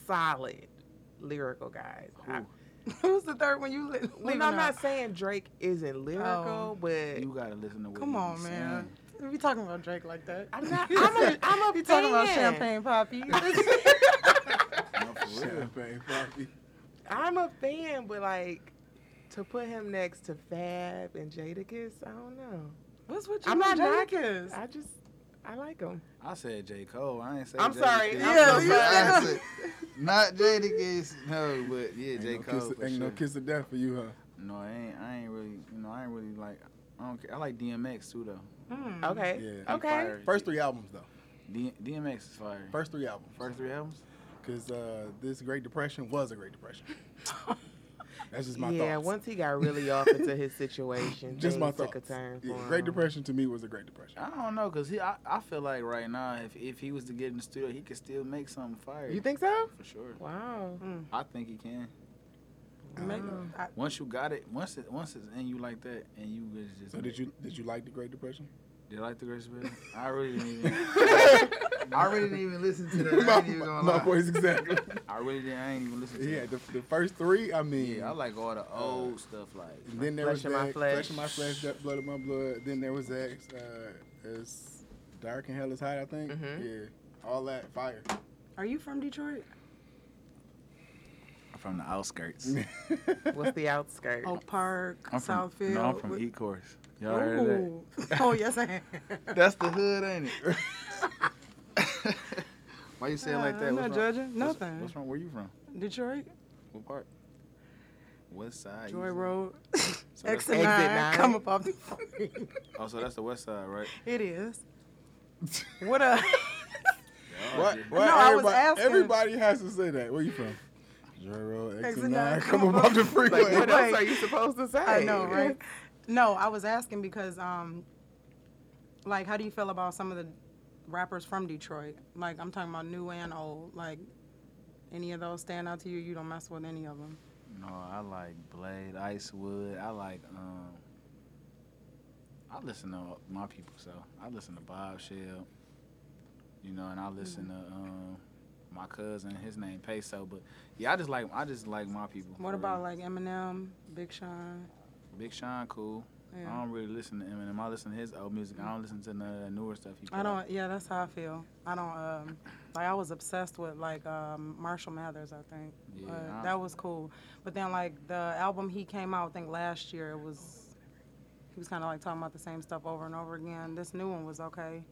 Speaker 5: solid lyrical guys. I,
Speaker 2: Ooh,
Speaker 4: Who's the third one you li-
Speaker 5: well,
Speaker 4: leaving
Speaker 5: no, I'm
Speaker 4: out?
Speaker 5: not saying Drake isn't lyrical,
Speaker 4: Oh.
Speaker 5: but
Speaker 2: you gotta listen to what
Speaker 4: Come
Speaker 2: he
Speaker 4: on,
Speaker 2: be
Speaker 4: man.
Speaker 2: saying.
Speaker 4: We talking about Drake like that?
Speaker 5: I'm not. I'm a, I'm a
Speaker 4: You talking about
Speaker 5: fan.
Speaker 4: champagne poppy?
Speaker 2: No, for real.
Speaker 3: Champagne poppy.
Speaker 5: I'm a fan, but like to put him next to Fab and Jadakiss, I don't know.
Speaker 4: What's with you?
Speaker 5: I'm not
Speaker 4: and Jadakiss?
Speaker 5: knocking. I just I like him.
Speaker 2: I said J Cole. I ain't saying.
Speaker 5: I'm sorry. I'm
Speaker 4: Yeah,
Speaker 5: so
Speaker 4: you
Speaker 5: sorry.
Speaker 4: said-
Speaker 2: Not Jadakiss. No, but yeah,
Speaker 3: Ain't,
Speaker 2: J
Speaker 3: no,
Speaker 2: Cole.
Speaker 3: kiss,
Speaker 2: for
Speaker 3: ain't
Speaker 2: sure.
Speaker 3: no kiss of death for you, huh?
Speaker 2: No, I ain't. I ain't really. You know, I ain't really like. I don't care. I like DMX too though.
Speaker 4: Hmm.
Speaker 5: Okay.
Speaker 3: Mm, Yeah.
Speaker 5: Okay.
Speaker 2: Fire.
Speaker 3: First three albums, though.
Speaker 2: D- DMX is fire. First,
Speaker 3: First three albums.
Speaker 2: three albums.
Speaker 3: Because uh, this Great Depression was a Great Depression. That's just my
Speaker 5: yeah,
Speaker 3: thoughts.
Speaker 5: once he got really off into his situation,
Speaker 3: just my
Speaker 5: things
Speaker 3: thoughts.
Speaker 5: took a turn
Speaker 3: Yeah,
Speaker 5: for
Speaker 3: Great
Speaker 5: him.
Speaker 3: Depression to me was a Great Depression.
Speaker 2: I don't know, cause he, I, I feel like right now, if, if he was to get in the studio, he could still make something fire.
Speaker 5: You think so?
Speaker 2: For sure.
Speaker 5: Wow.
Speaker 2: I think he can.
Speaker 4: Make- I,
Speaker 2: Once you got it, once it, once it's in you like that, and you was just.
Speaker 3: So did you did you like the Great Depression?
Speaker 2: Did I like the Grace Bill? I really didn't even. I really didn't even listen to that. I
Speaker 3: my,
Speaker 2: ain't even
Speaker 3: my,
Speaker 2: gonna
Speaker 3: my
Speaker 2: lie.
Speaker 3: voice exactly.
Speaker 2: I really didn't. I ain't even listen to
Speaker 3: yeah,
Speaker 2: it.
Speaker 3: the, the first three. I mean,
Speaker 2: Yeah, I like all the old stuff. Like
Speaker 3: And then there
Speaker 5: Flesh
Speaker 3: was
Speaker 5: of My
Speaker 3: that
Speaker 5: Flesh.
Speaker 3: flesh of my flesh, that blood of my blood. Then there was that uh, as dark and hell is hot. I think.
Speaker 5: Mhm.
Speaker 3: Yeah, all that fire.
Speaker 4: are you from Detroit?
Speaker 2: I'm from the outskirts.
Speaker 5: What's the outskirts?
Speaker 3: Oh,
Speaker 4: Oak Park,
Speaker 2: I'm from,
Speaker 4: Southfield.
Speaker 2: no, I'm from
Speaker 4: What-
Speaker 2: E Course. Y'all heard
Speaker 4: Ooh. Oh yes, I am.
Speaker 2: that? That's the hood, ain't it? Why you saying it like
Speaker 4: Uh,
Speaker 2: that?
Speaker 4: I'm
Speaker 2: What's
Speaker 4: not
Speaker 2: wrong?
Speaker 4: judging.
Speaker 2: What's-
Speaker 4: Nothing.
Speaker 2: What's, wrong? Where you from?
Speaker 4: Detroit,
Speaker 2: What part? West Side.
Speaker 4: Joy
Speaker 2: you said?
Speaker 4: Road,
Speaker 2: So that's-
Speaker 4: exit
Speaker 5: Exit
Speaker 4: nine.
Speaker 5: nine.
Speaker 4: Come up off the.
Speaker 2: Oh, so that's the West Side, right?
Speaker 4: It is. What a.
Speaker 3: What?
Speaker 2: did.
Speaker 3: what
Speaker 4: No, I was
Speaker 3: everybody,
Speaker 4: asking.
Speaker 3: everybody has to say that. Where you from? Zero X
Speaker 4: Exit
Speaker 3: and
Speaker 4: nine,
Speaker 3: nine. Come up off the freeway.
Speaker 5: Like, what else
Speaker 4: Wait.
Speaker 5: are you supposed to say?
Speaker 4: I know, right? No, I was asking because, um, like, how do you feel about some of the rappers from Detroit? Like, I'm talking about new and old. Like, any of those stand out to you? You don't mess with any of them.
Speaker 2: No, I like Blade, Icewood. I like um. I listen to my people, so I listen to Bob Shell. You know, and I listen
Speaker 4: Mm-hmm.
Speaker 2: to um my cousin. His name Peso, but yeah, I just like I just like my people.
Speaker 4: What
Speaker 2: for
Speaker 4: about
Speaker 2: real.
Speaker 4: like Eminem, Big Sean?
Speaker 2: Big Sean? Cool.
Speaker 4: Yeah.
Speaker 2: I don't really listen to Eminem. I listen to his old music. I don't listen to none of that newer stuff. He put
Speaker 4: I
Speaker 2: out.
Speaker 4: don't. Yeah, that's how I feel. I don't. Um, like I was obsessed with like um, Marshall Mathers. I think
Speaker 2: Yeah,
Speaker 4: uh,
Speaker 2: I-
Speaker 4: that was cool. But then like the album he came out, I think last year, it was he was kind of like talking about the same stuff over and over again. This new one was okay,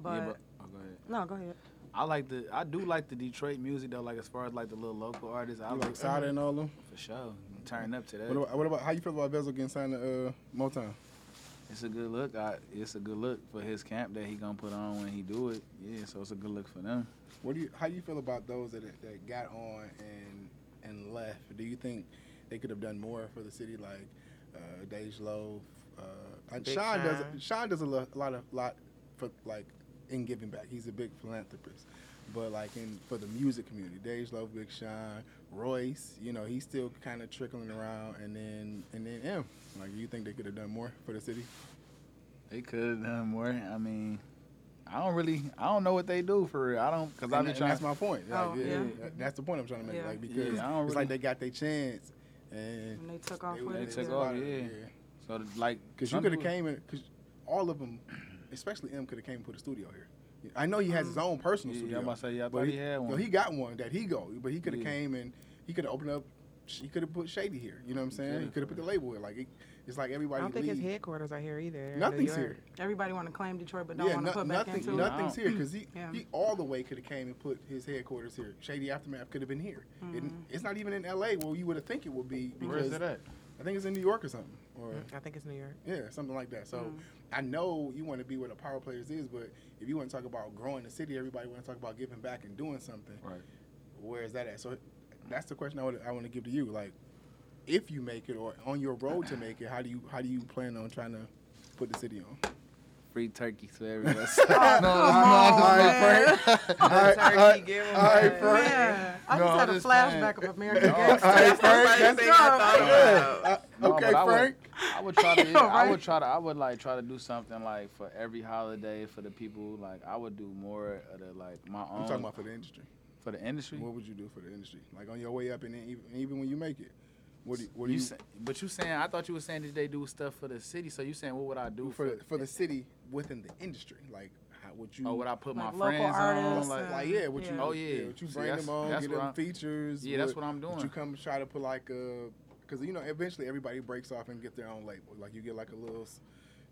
Speaker 4: but,
Speaker 2: yeah, but oh, go ahead.
Speaker 4: no, go ahead.
Speaker 2: I like the I do like the Detroit music though. Like as far as like the little local artists, I
Speaker 3: You
Speaker 2: like
Speaker 3: like Sada and all them.
Speaker 2: for sure. Turn up to that.
Speaker 3: What about, what about how you feel about Bezel getting signed to uh, Motown?
Speaker 2: It's a good look. I, it's a good look for his camp that he gonna put on when he do it. Yeah, so it's a good look for them.
Speaker 3: What do you? How do you feel about those that that got on and and left? Do you think they could have done more for the city, like uh, Dej Loaf? Uh, and
Speaker 5: Big
Speaker 3: Sean does
Speaker 5: Sean.
Speaker 3: Sean does a lo- lot of lot for like in giving back. He's a big philanthropist, but like in for the music community, Dej Loaf, Big Sean, Royce. You know, he's still kind of trickling around, and then and then M. Like, do you think they could have done more for the city?
Speaker 2: They could have done more. I mean, I don't really, I don't know what they do for real. I don't, cause I
Speaker 3: And
Speaker 2: be
Speaker 3: that-
Speaker 2: trying.
Speaker 3: and that's my point. Like,
Speaker 4: Oh,
Speaker 3: yeah,
Speaker 4: yeah.
Speaker 3: that- That's the point I'm trying to make.
Speaker 4: Yeah.
Speaker 3: Like because
Speaker 2: Yeah, I don't
Speaker 3: it's
Speaker 2: really-
Speaker 3: like they got their chance, and
Speaker 4: And they took off with
Speaker 2: they
Speaker 4: it.
Speaker 2: took
Speaker 4: yeah.
Speaker 2: off. yeah. so like,
Speaker 3: Because you
Speaker 2: some
Speaker 3: could have
Speaker 2: people-
Speaker 3: came in. Because all of them, especially M, could have came to the studio here. I know he has
Speaker 5: Mm.
Speaker 3: his own personal
Speaker 2: Yeah,
Speaker 3: studio.
Speaker 2: I'm about to say, yeah, I
Speaker 3: but
Speaker 2: thought he had
Speaker 3: yo,
Speaker 2: one.
Speaker 3: he got one that he go, but he could have
Speaker 2: Yeah.
Speaker 3: came and he could have opened up. He could have put Shady here. You know what I'm saying? He
Speaker 2: coulda,
Speaker 3: could have put the label here. Like it, it's like
Speaker 5: I
Speaker 3: everybody.
Speaker 5: don't think his
Speaker 3: leave.
Speaker 5: headquarters are here either. in New
Speaker 3: Nothing's
Speaker 5: York.
Speaker 3: here.
Speaker 4: Everybody want to claim Detroit, but don't
Speaker 3: yeah,
Speaker 4: want to
Speaker 3: no-
Speaker 4: put back
Speaker 3: nothing,
Speaker 4: into it. Oh.
Speaker 3: nothing's here because he,
Speaker 4: Yeah.
Speaker 3: he all the way could have came and put his headquarters here. Shady Aftermath could have been here. It-
Speaker 4: Mm.
Speaker 3: it's not even in L.A. where you would have think it would be. Because
Speaker 2: Where is it at? Mm.
Speaker 3: I think it's in New York or something, or
Speaker 5: I think it's New York.
Speaker 3: yeah, something like that. So
Speaker 4: Mm.
Speaker 3: I know you want to be where the power players is, but if you want to talk about growing the city, everybody want to talk about giving back and doing something.
Speaker 2: Right.
Speaker 3: Where is that at? So that's the question I would I want to give to you. Like, if you make it or on your road to make it, how do you how do you plan on trying to put the city on?
Speaker 2: Free turkey to everybody. no,
Speaker 3: All right,
Speaker 5: Turkey,
Speaker 3: all right,
Speaker 5: give him
Speaker 3: all right,
Speaker 5: that.
Speaker 3: Frank.
Speaker 4: Yeah, I
Speaker 2: No,
Speaker 4: just had
Speaker 2: I'm
Speaker 4: a
Speaker 2: just
Speaker 4: flashback
Speaker 2: playing.
Speaker 4: of American
Speaker 3: All
Speaker 4: Gangster.
Speaker 3: right, Frank.
Speaker 5: First
Speaker 3: That's
Speaker 5: thing I thought about.
Speaker 3: Uh,
Speaker 2: No,
Speaker 3: okay,
Speaker 2: but I would-
Speaker 3: Frank.
Speaker 2: I would try to.
Speaker 4: Yeah,
Speaker 2: I
Speaker 4: right.
Speaker 2: would try to. I would like try to do something like for every holiday for the people. Like I would do more of the like my
Speaker 3: I'm
Speaker 2: own
Speaker 3: talking about for the industry.
Speaker 2: for the industry.
Speaker 3: What would you do for the industry? Like on your way up, and then even, even when you make it, what do you, what do
Speaker 2: You
Speaker 3: you,
Speaker 2: sa- but you saying I thought you were saying that they do stuff for the city. So you saying what would I do
Speaker 3: for
Speaker 2: for?
Speaker 3: the, for the city within the industry? Like how would you?
Speaker 2: or would I put
Speaker 4: Like
Speaker 2: my
Speaker 4: local
Speaker 2: friends on?
Speaker 4: artists
Speaker 2: Like,
Speaker 4: and-
Speaker 3: like yeah, would you?
Speaker 4: Yeah.
Speaker 2: Oh, yeah.
Speaker 3: would you
Speaker 2: See,
Speaker 3: bring
Speaker 2: that's-
Speaker 3: them on,
Speaker 2: that's
Speaker 3: get
Speaker 2: what
Speaker 3: them
Speaker 2: I'm-
Speaker 3: features?
Speaker 2: Yeah, that's what I'm
Speaker 3: Would you
Speaker 2: doing.
Speaker 3: come try to put like a? Because you know, eventually everybody breaks off and get their own label. Like you get like a little, s-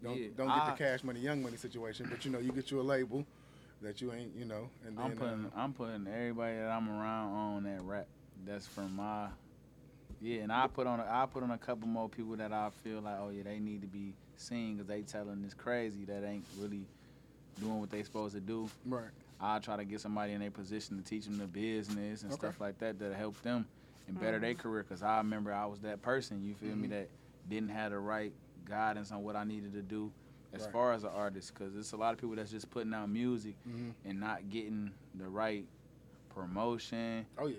Speaker 3: don't
Speaker 2: Yeah,
Speaker 3: don't
Speaker 2: I-
Speaker 3: get the cash money, young money situation, but you know you get you a label that you ain't, you know, and then
Speaker 2: I'm
Speaker 3: uh,
Speaker 2: putting I'm putting everybody that I'm around on that rap. That's from my. Yeah, and I put on a, I put on a couple more people that I feel like oh yeah they need to be seen because they telling this crazy that ain't really doing what they supposed to do.
Speaker 3: uh, right.
Speaker 2: I try to get somebody in their position to teach them the business and
Speaker 3: Okay.
Speaker 2: stuff like that that'll help them. and better their career. Cause I remember I was that person. You feel
Speaker 3: Mm-hmm.
Speaker 2: me? That didn't have the right guidance on what I needed to do as
Speaker 3: Right.
Speaker 2: far as an artist. Cause it's a lot of people that's just putting out music
Speaker 3: Mhm.
Speaker 2: and not getting the right promotion
Speaker 3: Oh yeah.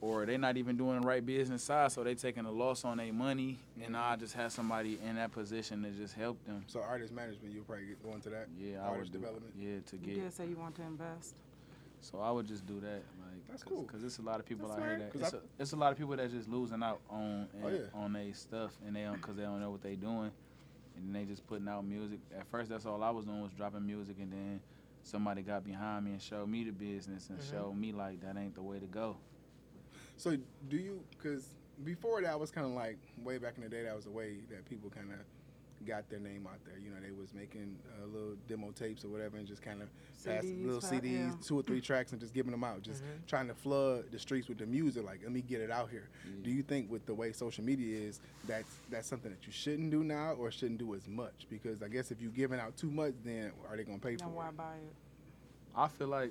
Speaker 2: or they're not even doing the right business side, so they taking a loss on their money,
Speaker 3: Mm-hmm.
Speaker 2: and I just have somebody in that position to just help them.
Speaker 3: So artist management, you'll probably get going to that.
Speaker 2: Yeah, I would
Speaker 3: artist
Speaker 2: do.
Speaker 3: development.
Speaker 2: Yeah, to
Speaker 4: You
Speaker 2: get.
Speaker 4: did say you want to invest.
Speaker 2: So I would just do that. Like,
Speaker 3: That's
Speaker 2: cause,
Speaker 3: cool.
Speaker 2: 'cause it's a lot of people
Speaker 3: That's
Speaker 2: out here
Speaker 3: smart.
Speaker 2: that
Speaker 3: 'Cause
Speaker 2: it's
Speaker 3: I-
Speaker 2: a, it's a lot of people that's just losing out on
Speaker 3: Oh,
Speaker 2: eh,
Speaker 3: yeah.
Speaker 2: on their stuff, and they don't because they don't know what they doing, and they just putting out music. At first, that's all I was doing was dropping music, and then somebody got behind me and showed me the business
Speaker 3: Mm-hmm.
Speaker 2: and showed me like that ain't the way to go.
Speaker 3: So do you? Because before that, I was kind of like way back in the day. That was the way that people kind of got their name out there. You know, they was making uh, little demo tapes or whatever, and just kind of pass
Speaker 4: CDs,
Speaker 3: little
Speaker 4: pa-
Speaker 3: CDs,
Speaker 4: yeah. Mm-hmm.
Speaker 3: two or three tracks, and just giving them out. Just trying to flood the streets with the music. Like, let me get it out here. Do you think with the way social media is, that's that's something that you shouldn't do now, or shouldn't do as much? Because I guess if you're giving out too much, then are they gonna pay for
Speaker 4: Then why
Speaker 3: it?
Speaker 4: buy it?
Speaker 2: I feel like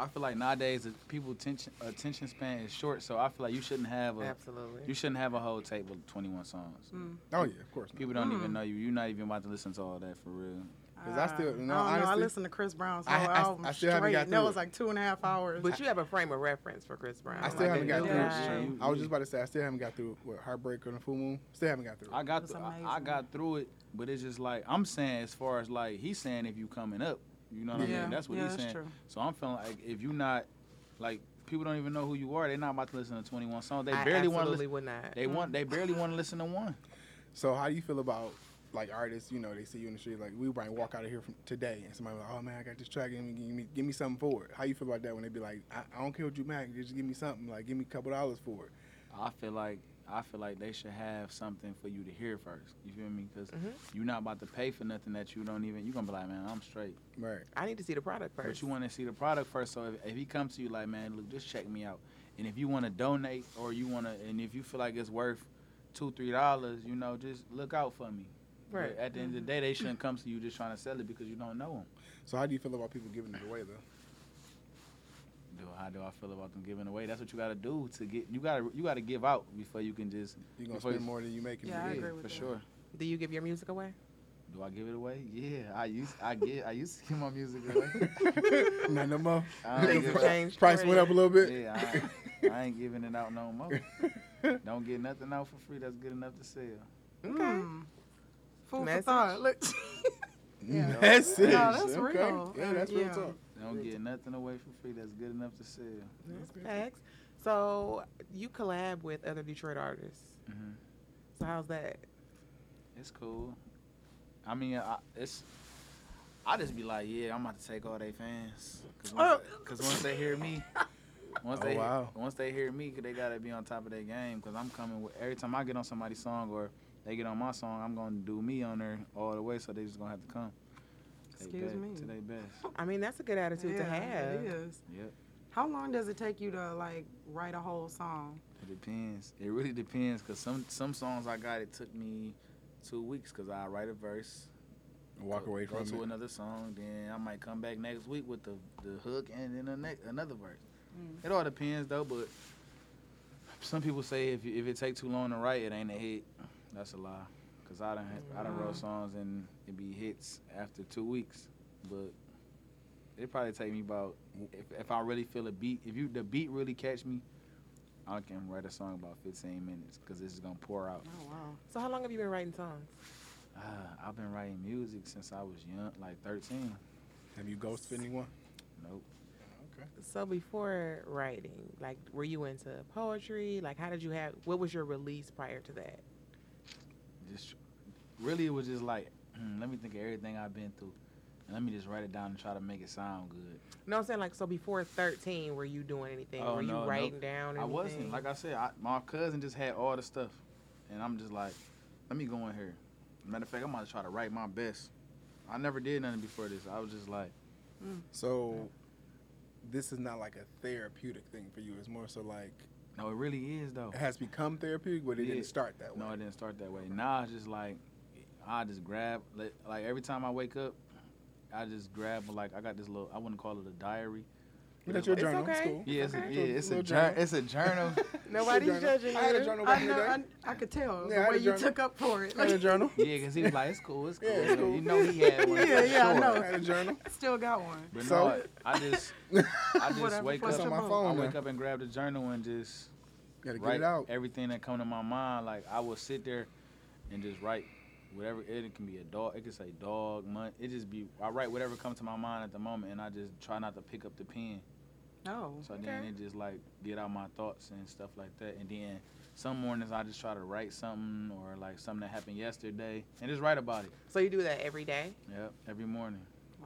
Speaker 2: I feel like nowadays the people attention attention span is short, so I feel like you shouldn't have a
Speaker 5: Absolutely.
Speaker 2: you shouldn't have a whole tape of twenty one songs.
Speaker 3: Oh yeah, of course.
Speaker 2: People don't even know you. You're not even about to listen to all that for real.
Speaker 3: Because I still, no,
Speaker 4: Uh, I don't know. I
Speaker 3: honestly-
Speaker 4: listened to Chris Brown's whole
Speaker 3: I- I-
Speaker 4: album
Speaker 3: I still
Speaker 4: straight.
Speaker 3: haven't got
Speaker 4: and that
Speaker 3: through
Speaker 4: was
Speaker 3: it.
Speaker 4: like two and a half hours.
Speaker 5: But you have a frame of reference for Chris Brown.
Speaker 3: I still
Speaker 5: Like,
Speaker 3: haven't
Speaker 5: they
Speaker 3: got
Speaker 5: do
Speaker 3: through
Speaker 5: that
Speaker 4: it.
Speaker 5: shit.
Speaker 4: Yeah.
Speaker 2: Mm-hmm.
Speaker 3: I was just about to say I still haven't got through what heartbreak on the full moon. Still haven't got through.
Speaker 2: I
Speaker 3: it.
Speaker 2: got
Speaker 4: That's
Speaker 2: th- I, I
Speaker 4: amazing.
Speaker 2: got through it, but it's just like I'm saying as far as like he's saying if you coming up, you know what I
Speaker 4: Yeah.
Speaker 2: mean? That's what
Speaker 4: Yeah,
Speaker 2: he's
Speaker 4: that's
Speaker 2: saying.
Speaker 4: true.
Speaker 2: So I'm feeling like if you not like people don't even know who you are, they're not about to listen to twenty one songs. They
Speaker 5: I
Speaker 2: barely want to
Speaker 5: absolutely
Speaker 2: listen.
Speaker 5: would not.
Speaker 2: They want they barely want to listen to one.
Speaker 3: So how do you feel about like artists? You know, they see you in the street. Like we might walk out of here from today, and somebody like, oh man, I got this track. Give me, give me, give me something for it. How you feel about that when they be like, I, I don't care what you make, just give me something. Like give me a couple dollars for it.
Speaker 2: I feel like I feel like they should have something for you to hear first. You feel me? Because
Speaker 3: Mm-hmm.
Speaker 2: you're not about to pay for nothing that you don't even. You're gonna be like, man, I'm straight.
Speaker 3: Right.
Speaker 5: I need to see the product first.
Speaker 2: But you want to see the product first. So if, if he comes to you like, man, look, just check me out. And if you want to donate or you want to, and if you feel like it's worth two, three dollars, you know, just look out for me. But
Speaker 5: Right.
Speaker 2: At the end of
Speaker 4: Mm-hmm.
Speaker 2: the day, they shouldn't come to you just trying to sell it because you don't know them.
Speaker 3: So how do you feel about people giving it away though?
Speaker 2: Do how do I feel about them giving away? That's what you gotta do to get. You gotta you gotta give out before you can just.
Speaker 3: You gonna
Speaker 2: before
Speaker 3: spend
Speaker 2: you-
Speaker 3: more than you making.
Speaker 4: Yeah, I agree
Speaker 2: for
Speaker 4: with that.
Speaker 2: sure.
Speaker 5: Do you give your music away?
Speaker 2: Do I give it away? Yeah, I used I get I used to give my music away.
Speaker 3: Not no more.
Speaker 2: I don't
Speaker 5: Things
Speaker 2: give
Speaker 5: have
Speaker 2: it-
Speaker 5: changed.
Speaker 3: Price
Speaker 5: for
Speaker 3: went
Speaker 5: you.
Speaker 3: up a little bit.
Speaker 2: yeah, I, I ain't giving it out no more. Don't get nothing out for free that's good enough to sell.
Speaker 5: Okay.
Speaker 4: Mm. Food for
Speaker 5: Message.
Speaker 4: thought. Look, Yeah.
Speaker 3: That's it.
Speaker 4: No, that's
Speaker 3: okay.
Speaker 4: real.
Speaker 3: Yeah, that's real
Speaker 4: Yeah.
Speaker 3: talk.
Speaker 2: Don't get nothing away for free that's good enough to sell.
Speaker 5: That's facts. So you collab with other Detroit artists.
Speaker 2: Mhm.
Speaker 5: So how's that?
Speaker 2: It's cool. I mean, I, it's. I just be like, yeah, I'm about to take all they fans, cause
Speaker 4: Oh.
Speaker 2: once, cause once they hear me, once
Speaker 3: Oh,
Speaker 2: they
Speaker 3: wow.
Speaker 2: once they hear me, 'cause they gotta be on top of their game, cause I'm coming with every time I get on somebody's song or they get on my song, I'm gonna do me on there all the way, so they just gonna have to come. They
Speaker 4: Excuse
Speaker 2: best-
Speaker 4: me.
Speaker 2: To their best.
Speaker 5: I mean, that's a good attitude to
Speaker 4: Yeah,
Speaker 5: have.
Speaker 4: It is.
Speaker 2: Yep.
Speaker 4: How long does it take you to like write a whole song?
Speaker 2: It depends. It really depends because some some songs I got it took me two weeks because I write a verse,
Speaker 3: Walk
Speaker 2: go,
Speaker 3: away
Speaker 2: go
Speaker 3: from
Speaker 2: to
Speaker 3: it.
Speaker 2: another song, then I might come back next week with the the hook and then a ne- another verse. It all depends though, but some people say if you- if it take too long to write, it ain't a hit. That's a lie, cause I done I done wrote songs and it be hits after two weeks, but it probably take me about if if I really feel a beat, if you the beat really catch me. I can write a song about 15 minutes because it's gonna pour out.
Speaker 4: Oh wow.
Speaker 5: So how long have you been writing songs?
Speaker 2: Uh, I've been writing music since I was young, like 13.
Speaker 3: Have you ghosted anyone?
Speaker 2: Nope.
Speaker 5: So before writing, like, were you into poetry? Like, how did you have? What was your release prior to that?
Speaker 2: Just really, it was just like, hmm, let me think of everything I've been through, and let me just write it down and try to make it sound good.
Speaker 5: No, I'm saying like, so before 13, were you doing anything?
Speaker 2: Oh,
Speaker 5: were you
Speaker 2: no, nope.
Speaker 5: writing down? Anything?
Speaker 2: I wasn't. Like I said, I, my cousin just had all the stuff, and I'm just like, let me go in here. Matter of fact, I'm about to try to write my best. I never did nothing before this. I was just like,
Speaker 3: So this is not like a therapeutic thing for you. It's more so like
Speaker 2: no, it really is though.
Speaker 3: it has become therapeutic, but it
Speaker 2: Yeah.
Speaker 3: didn't start that way.
Speaker 2: No, it didn't start that way. Now it's just like I just grab like, like every time I wake up, I just grab like I got this little I wouldn't call it a diary,
Speaker 3: But that's your
Speaker 5: It's
Speaker 3: journal.
Speaker 5: okay.
Speaker 3: It's cool.
Speaker 2: Yeah, it's a,
Speaker 5: Okay.
Speaker 2: yeah, it's a
Speaker 3: Little
Speaker 2: journal.
Speaker 3: journal.
Speaker 2: It's a journal.
Speaker 5: Nobody's
Speaker 3: journal.
Speaker 5: judging
Speaker 3: I had a
Speaker 5: you.
Speaker 3: journal back
Speaker 4: I
Speaker 3: in
Speaker 4: know.
Speaker 3: the day.
Speaker 4: I, I could tell
Speaker 3: Yeah, I
Speaker 4: the
Speaker 3: had
Speaker 4: way
Speaker 3: a
Speaker 4: you
Speaker 3: journal.
Speaker 4: took up for it.
Speaker 3: I had a
Speaker 4: Like,
Speaker 3: journal.
Speaker 2: yeah, because he was like, it's cool, it's cool.
Speaker 3: Yeah, it's cool.
Speaker 2: You know he had one.
Speaker 4: Yeah, yeah,
Speaker 2: for
Speaker 4: I
Speaker 2: sure.
Speaker 3: I
Speaker 4: know.
Speaker 3: had a journal.
Speaker 4: still got one.
Speaker 2: But
Speaker 3: So-
Speaker 2: no, I I just, I just
Speaker 4: Whatever
Speaker 2: wake
Speaker 4: floats
Speaker 2: up.
Speaker 3: It's on
Speaker 4: your
Speaker 3: my
Speaker 4: boat.
Speaker 2: I
Speaker 3: phone now.
Speaker 2: wake up and grab the journal and just
Speaker 3: Gotta get
Speaker 2: write
Speaker 3: it out.
Speaker 2: everything that come to my mind. Like I will sit there and just write whatever. It can be a dog. It can say dog, month. It just be. I write whatever comes to my mind at the moment, and I just try not to pick up the pen.
Speaker 4: No.
Speaker 2: So then it just like get out my thoughts and stuff like that. And then some mornings I just try to write something or like something that happened yesterday and just write about it.
Speaker 5: So you do that every day?
Speaker 2: Yep, every morning.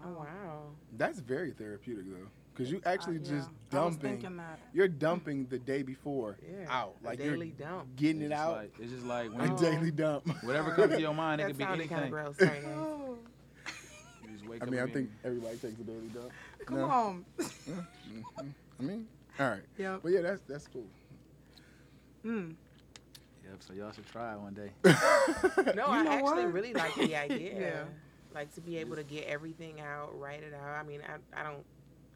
Speaker 5: Oh wow.
Speaker 3: That's very therapeutic though, because you
Speaker 4: I-
Speaker 3: actually
Speaker 4: yeah.
Speaker 3: just
Speaker 4: I was
Speaker 3: dumping.
Speaker 4: thinking that.
Speaker 3: You're dumping the day before
Speaker 5: Yeah.
Speaker 3: out, like
Speaker 5: a
Speaker 3: you're
Speaker 5: daily dump.
Speaker 3: getting
Speaker 2: It's
Speaker 3: it
Speaker 2: just
Speaker 3: out.
Speaker 2: Like, it's just like
Speaker 3: A
Speaker 2: when
Speaker 5: Oh.
Speaker 3: daily dump.
Speaker 2: whatever comes to your mind, it
Speaker 5: That
Speaker 2: could be
Speaker 5: sounded
Speaker 2: anything.
Speaker 5: kind of gross. Right now.
Speaker 4: Oh,
Speaker 2: You just wake
Speaker 3: I
Speaker 2: up
Speaker 3: mean, I
Speaker 2: and-
Speaker 3: think everybody takes a daily dump.
Speaker 4: come
Speaker 3: No.
Speaker 4: on.
Speaker 3: I mean, all right.
Speaker 4: Yep.
Speaker 3: But yeah, that's that's cool.
Speaker 4: Mm.
Speaker 2: Yep. So y'all should try it one day.
Speaker 5: No,
Speaker 4: You
Speaker 5: I
Speaker 4: know
Speaker 5: actually
Speaker 4: what?
Speaker 5: really like the idea.
Speaker 4: Yeah.
Speaker 5: Like to be able to get everything out, write it out. I mean, I, I don't,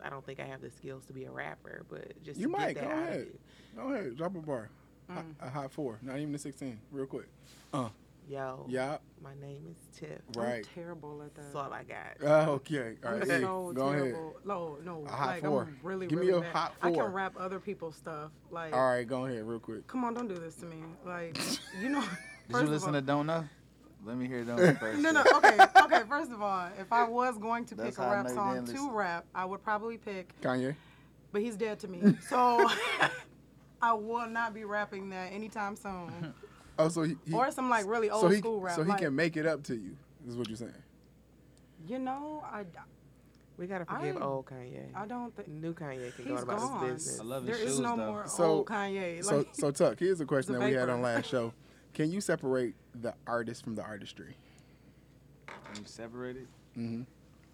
Speaker 5: I don't think I have the skills to be a rapper, but just
Speaker 3: You
Speaker 5: to
Speaker 3: might.
Speaker 5: get
Speaker 3: Go
Speaker 5: that out
Speaker 3: ahead.
Speaker 5: of you.
Speaker 3: Go ahead, drop a bar. Hi-
Speaker 4: Mm.
Speaker 3: A high four, not even a sixteen, real quick.
Speaker 5: Yo,
Speaker 3: Yeah,
Speaker 5: my name is Tiff.
Speaker 3: right.
Speaker 4: I'm terrible at that.
Speaker 5: That's all I got.
Speaker 3: Oh, okay. All
Speaker 4: I'm
Speaker 3: right. E,
Speaker 4: so
Speaker 3: go ahead.
Speaker 4: terrible. No, no.
Speaker 3: A hot
Speaker 4: like
Speaker 3: four.
Speaker 4: I'm really,
Speaker 3: Give me
Speaker 4: really
Speaker 3: a
Speaker 4: bad.
Speaker 3: hot
Speaker 4: I
Speaker 3: four.
Speaker 4: can rap other people's stuff. Like,
Speaker 3: All right, go ahead, real quick.
Speaker 4: come on, don't do this to me. Like, you know.
Speaker 2: Did
Speaker 4: first
Speaker 2: you
Speaker 4: of
Speaker 2: listen
Speaker 4: all-
Speaker 2: to Don't Know? Let me hear Don't Know first.
Speaker 4: No, no.
Speaker 2: then.
Speaker 4: Okay, okay. First of all, if I was going to
Speaker 2: That's
Speaker 4: pick a
Speaker 2: how I
Speaker 4: rap
Speaker 2: know you
Speaker 4: song
Speaker 2: didn't
Speaker 4: to
Speaker 2: listen.
Speaker 4: rap, I would probably pick
Speaker 3: Kanye.
Speaker 4: but he's dead to me. So I will not be rapping that anytime soon.
Speaker 3: Oh, so he, he
Speaker 4: or some like really old
Speaker 3: so he,
Speaker 4: school rap.
Speaker 3: So he
Speaker 4: like,
Speaker 3: can make it up to you. Is what you're saying.
Speaker 4: you know, I,
Speaker 5: We gotta forgive
Speaker 4: I-
Speaker 5: old Kanye.
Speaker 4: I don't think
Speaker 5: New Kanye can go
Speaker 4: he's
Speaker 5: about
Speaker 4: gone.
Speaker 5: his business.
Speaker 2: I love his
Speaker 4: there is
Speaker 2: shoes
Speaker 4: no
Speaker 2: though.
Speaker 4: more
Speaker 3: So-
Speaker 4: old Kanye. Like,
Speaker 3: So, so Tuck, here's a question
Speaker 4: The
Speaker 3: that we had on
Speaker 4: vapor.
Speaker 3: last show. Can you separate the artist from the artistry?
Speaker 2: Can you separate it?
Speaker 3: hmm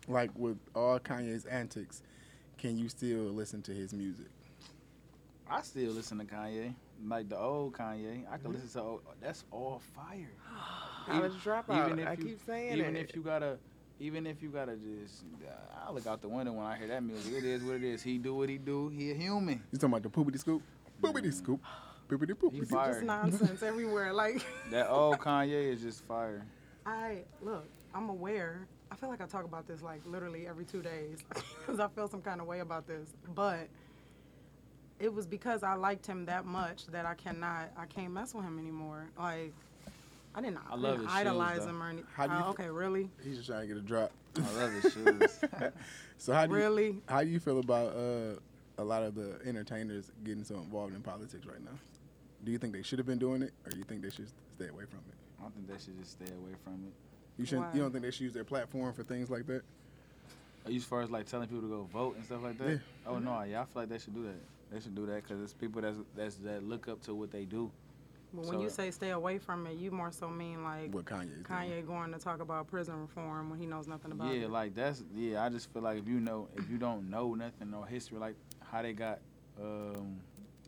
Speaker 3: Like with all Kanye's antics, can you still listen to his music?
Speaker 2: I still listen to Kanye, like the old Kanye. I can listen to old, that's all fire.
Speaker 5: College dropout.
Speaker 2: even
Speaker 5: Mm-hmm.
Speaker 2: if
Speaker 5: I
Speaker 2: you-
Speaker 5: keep saying
Speaker 2: even
Speaker 5: it.
Speaker 2: if you gotta, even if you gotta just, I look out the window when I hear that music. It is what it is. He do what he do. He a human.
Speaker 3: You talking about the poopity scoop?
Speaker 4: Mm.
Speaker 3: Poopity scoop. Poopity poopity.
Speaker 2: He fire.
Speaker 4: just nonsense everywhere. Like
Speaker 2: That old Kanye is just fire.
Speaker 4: I look, I'm aware. I feel like I talk about this like literally every two days because I feel some kind of way about this. But it was because I liked him that much that I cannot, I can't mess with him anymore. Like, I didn't, I
Speaker 2: I love
Speaker 4: didn't
Speaker 2: his shoes,
Speaker 4: idolize
Speaker 2: though.
Speaker 4: him or anything.
Speaker 3: How do you fe-
Speaker 4: okay, really?
Speaker 3: He's just trying to get a drop.
Speaker 2: I love his shoes.
Speaker 3: So how do you,
Speaker 4: Really?
Speaker 3: how do you feel about uh, a lot of the entertainers getting so involved in politics right now? Do you think they should have been doing it, or you think they should stay away from it?
Speaker 2: I think they should just stay away from it.
Speaker 3: You shouldn't.
Speaker 4: Why?
Speaker 3: You don't think they should use their platform for things like that?
Speaker 2: Are you as far as like telling people to go vote and stuff like that?
Speaker 3: Yeah.
Speaker 2: Oh no, yeah, I feel like they should do that. They should do that because it's people that's, that's that look up to what they do.
Speaker 4: But
Speaker 2: So-
Speaker 4: when you say stay away from it, you more so mean like
Speaker 3: What Kanye's doing?
Speaker 4: Kanye going to talk about prison reform when he knows nothing about
Speaker 2: Yeah,
Speaker 4: it.
Speaker 2: like that's yeah. I just feel like if you know if you don't know nothing or history, like how they got, um,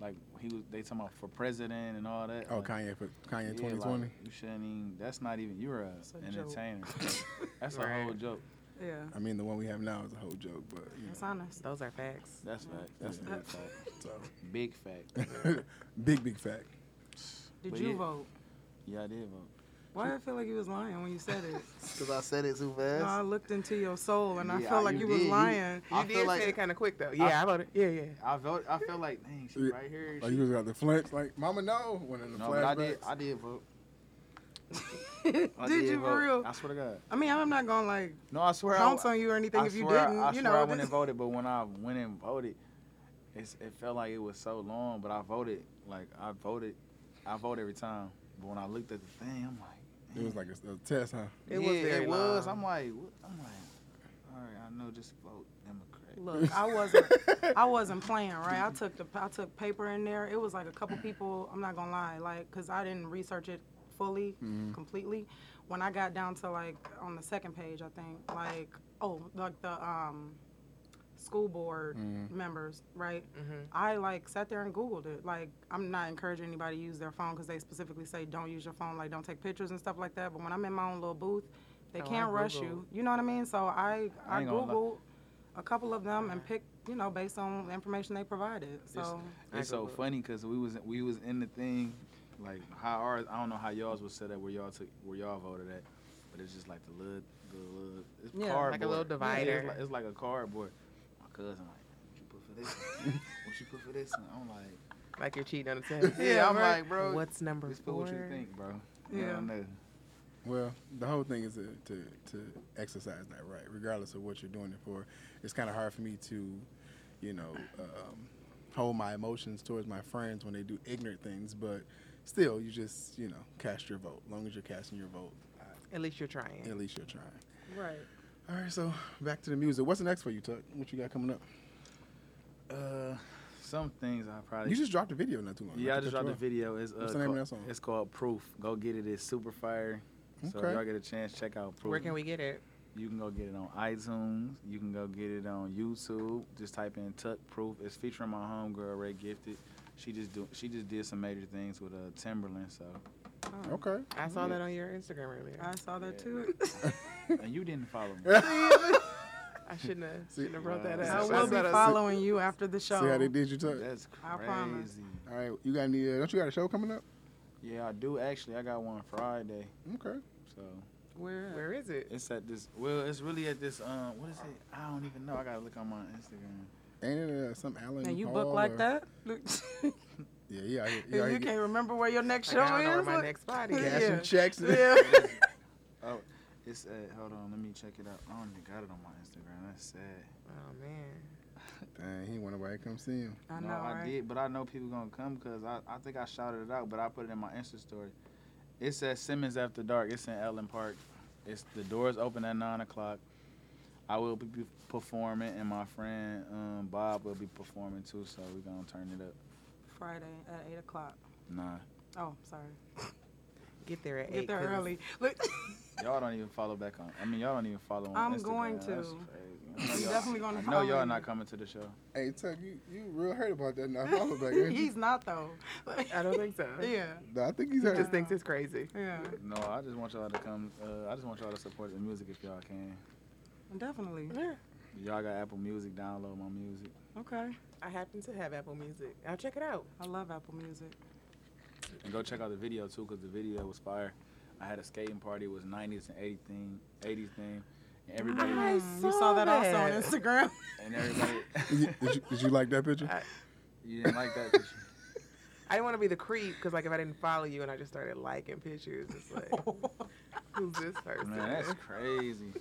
Speaker 2: like he was they talking about for president and all that.
Speaker 3: Oh,
Speaker 2: like,
Speaker 3: Kanye for
Speaker 2: yeah,
Speaker 3: Kanye
Speaker 2: like,
Speaker 3: twenty twenty.
Speaker 2: you shouldn't even. That's not even. You're a,
Speaker 4: It's a joke.
Speaker 2: entertainer. that's a
Speaker 5: Right.
Speaker 2: whole joke.
Speaker 4: yeah,
Speaker 3: I mean, the one we have now is a whole joke, but you
Speaker 4: it's honest.
Speaker 5: Those are facts.
Speaker 2: That's fact. That's a
Speaker 3: Yeah.
Speaker 2: big fact.
Speaker 3: know,
Speaker 2: Big
Speaker 3: so
Speaker 2: fact.
Speaker 3: big big fact.
Speaker 4: Did
Speaker 2: But
Speaker 4: you
Speaker 2: yeah.
Speaker 4: vote?
Speaker 2: Yeah, I did vote.
Speaker 4: Why do I feel like you was lying when you said it?
Speaker 2: Cause I said it too
Speaker 4: No, I
Speaker 2: fast.
Speaker 4: looked into your soul and I
Speaker 2: Yeah,
Speaker 4: felt like you
Speaker 2: you
Speaker 4: was
Speaker 2: did. You-
Speaker 4: lying.
Speaker 5: You
Speaker 2: I
Speaker 5: did
Speaker 2: feel like-
Speaker 5: say it kind of quick though. Yeah, I, about it. Yeah, yeah.
Speaker 2: I vote. I feel like dang, she right here.
Speaker 3: Like
Speaker 2: she-
Speaker 3: you was out the flinch, like Mama no, when in the
Speaker 2: no, but I did.
Speaker 3: flashbacks.
Speaker 2: I did vote.
Speaker 4: did
Speaker 2: I
Speaker 4: you
Speaker 2: vote.
Speaker 4: for real?
Speaker 2: I swear to God.
Speaker 4: I mean, I'm not gonna like
Speaker 2: No, I swear. I,
Speaker 4: bounce on you or anything
Speaker 2: I
Speaker 4: if you
Speaker 2: swear,
Speaker 4: didn't.
Speaker 2: I
Speaker 4: you
Speaker 2: swear
Speaker 4: know,
Speaker 2: I went
Speaker 4: this-
Speaker 2: and voted, but when I went and voted, it's, it felt like it was so long. But I voted, like I voted, I vote every time. But when I looked at the thing, I'm like,
Speaker 3: It was like a, a test, huh?
Speaker 5: It
Speaker 2: yeah,
Speaker 5: was very
Speaker 2: it was.
Speaker 5: long.
Speaker 2: I'm like, what? I'm like, all right, I know, just vote Democrat.
Speaker 4: Look, I wasn't, I wasn't playing, right? I took the, I took paper in there. It was like a couple people. I'm not gonna lie, like, cause I didn't research it fully, completely. When I got down to like on the second page, I think, like, oh, like the um, school board members, right?
Speaker 5: Mm-hmm.
Speaker 4: I like sat there and Googled it. Like, I'm not encouraging anybody to use their phone because they specifically say don't use your phone, like don't take pictures and stuff like that. But when I'm in my own little booth, they
Speaker 5: Oh, I
Speaker 4: can't rush you. You know what I mean? So I,
Speaker 2: I
Speaker 4: I,
Speaker 2: ain't gonna lie.
Speaker 4: Googled a couple of them and picked you know, based on information they provided. So
Speaker 2: It's so funny because we was we was in the thing, like how ours. I don't know how y'all's was set up where y'all took where y'all voted at, but it's just like the little the little it's
Speaker 4: Yeah,
Speaker 2: cardboard.
Speaker 4: like
Speaker 5: a little
Speaker 2: Yeah,
Speaker 5: divider.
Speaker 2: it's, like, it's like a cardboard. My cousin like, what you put for this? one? what you put for this? one?" I'm like,
Speaker 5: Like you're cheating on the test.
Speaker 2: yeah, I'm like, bro,
Speaker 5: What's number
Speaker 2: just put
Speaker 5: four?
Speaker 2: what you think, bro. Yeah, I
Speaker 4: Yeah.
Speaker 2: don't know.
Speaker 3: Well, the whole thing is to, to, to exercise that right, regardless of what you're doing it for. It's kind of hard for me to, you know, um, hold my emotions towards my friends when they do ignorant things, but still, you just, you know, cast your vote. As long as you're casting your vote,
Speaker 5: At least you're
Speaker 2: Mm.
Speaker 5: trying.
Speaker 3: at least you're trying.
Speaker 4: right.
Speaker 3: All right, so back to the music. What's the next for you, Tuck? What you got coming up?
Speaker 2: Uh, some things I probably
Speaker 3: You just dropped a video not too long.
Speaker 2: Uh, Yeah, I
Speaker 3: cut
Speaker 2: just
Speaker 3: you
Speaker 2: dropped a
Speaker 3: off.
Speaker 2: video. It's, uh,
Speaker 3: What's the name of
Speaker 2: called,
Speaker 3: that song?
Speaker 2: It's called Proof. Go get it. It's super fire. So if
Speaker 3: Okay.
Speaker 2: y'all get a chance, check out Proof.
Speaker 5: Where can we get it?
Speaker 2: You can go get it on iTunes. You can go get it on YouTube. Just type in Tuck Proof. It's featuring my homegirl Ray Gifted. She just do she just did some major things with uh Timberland. So
Speaker 4: Oh,
Speaker 3: Okay.
Speaker 5: I saw
Speaker 2: Yeah.
Speaker 5: that on your Instagram earlier.
Speaker 4: I saw that too.
Speaker 2: and you didn't follow me.
Speaker 5: I shouldn't have, shouldn't have brought that
Speaker 2: Wow.
Speaker 5: up.
Speaker 4: I
Speaker 3: So-
Speaker 4: will be
Speaker 3: so- so-
Speaker 4: following you after the
Speaker 3: See how they
Speaker 4: show.
Speaker 3: did you, Tuck?
Speaker 2: That's
Speaker 4: I promise.
Speaker 2: crazy.
Speaker 3: All right, you got any? Uh, don't you got a show coming up?
Speaker 2: Yeah, I do actually. I got one Friday.
Speaker 3: Okay.
Speaker 2: So
Speaker 5: Where where is it?
Speaker 2: it's at this. Well, it's really at this. Um, what is it? I don't even know. I gotta look on my Instagram.
Speaker 3: Ain't it uh, some Allen?
Speaker 4: And you
Speaker 3: Hall
Speaker 4: book like
Speaker 3: or-
Speaker 4: that? Look,
Speaker 3: Yeah, yeah.
Speaker 4: you
Speaker 3: yeah,
Speaker 4: can't remember where your next
Speaker 5: Like,
Speaker 4: show
Speaker 5: I don't know where
Speaker 4: is.
Speaker 5: my
Speaker 4: Like,
Speaker 5: next body
Speaker 4: Yeah.
Speaker 5: is.
Speaker 3: Cashing checks.
Speaker 4: yeah.
Speaker 2: Oh, it's at. Hold on. Let me check it out. I don't even got it on my Instagram. That's sad.
Speaker 5: Oh man.
Speaker 3: Dang, he want nobody to come see him.
Speaker 4: I know,
Speaker 2: no, I
Speaker 4: right?
Speaker 2: did, but I know people gonna come because I, I think I shouted it out, but I put it in my Insta story. It's at Simmons After Dark. It's in Ellen Park. It's the doors open at nine o'clock. I will be pe- performing, and my friend um, Bob will be performing too. So we gonna turn it up.
Speaker 4: Friday at eight o'clock.
Speaker 2: Nah,
Speaker 4: Oh, sorry.
Speaker 5: Get there at
Speaker 4: Get
Speaker 5: eight.
Speaker 4: there
Speaker 5: 'cause
Speaker 4: early. Look,
Speaker 2: y'all don't even follow back on. I mean, y'all don't even follow on
Speaker 4: I'm
Speaker 2: Instagram.
Speaker 4: going
Speaker 2: That's
Speaker 4: to.
Speaker 2: crazy. I know
Speaker 4: I'm
Speaker 2: y'all-
Speaker 4: definitely gonna
Speaker 2: I know
Speaker 4: follow
Speaker 2: y'all
Speaker 4: you.
Speaker 2: not coming to the show.
Speaker 3: Hey, Tuck, you, you real heard about that now. Follow back, ain't you?
Speaker 4: he's not though. Like,
Speaker 5: I don't think so.
Speaker 4: yeah,
Speaker 3: Nah, I think he's
Speaker 5: He
Speaker 3: heard.
Speaker 5: just thinks it's crazy.
Speaker 4: yeah,
Speaker 2: No, I just want y'all to come. Uh, I just want y'all to support the music if y'all can.
Speaker 4: definitely.
Speaker 2: Y'all got Apple Music. Download my music.
Speaker 4: Okay,
Speaker 5: I happen to have Apple Music. I'll check it out.
Speaker 4: I love Apple Music.
Speaker 2: And go check out the video too, cause the video was fire. I had a skating party. It was 90s and 80s thing, 80s thing, and everybody
Speaker 5: I
Speaker 4: Mm, you saw that,
Speaker 5: that.
Speaker 4: also on Instagram.
Speaker 2: and everybody.
Speaker 3: Did you, did, you, did you like that picture?
Speaker 5: I-
Speaker 2: you didn't like that. Picture.
Speaker 5: I didn't want to be the creep because like if I didn't follow you and I just started liking pictures, it's like who's this person?
Speaker 2: Man, that's crazy.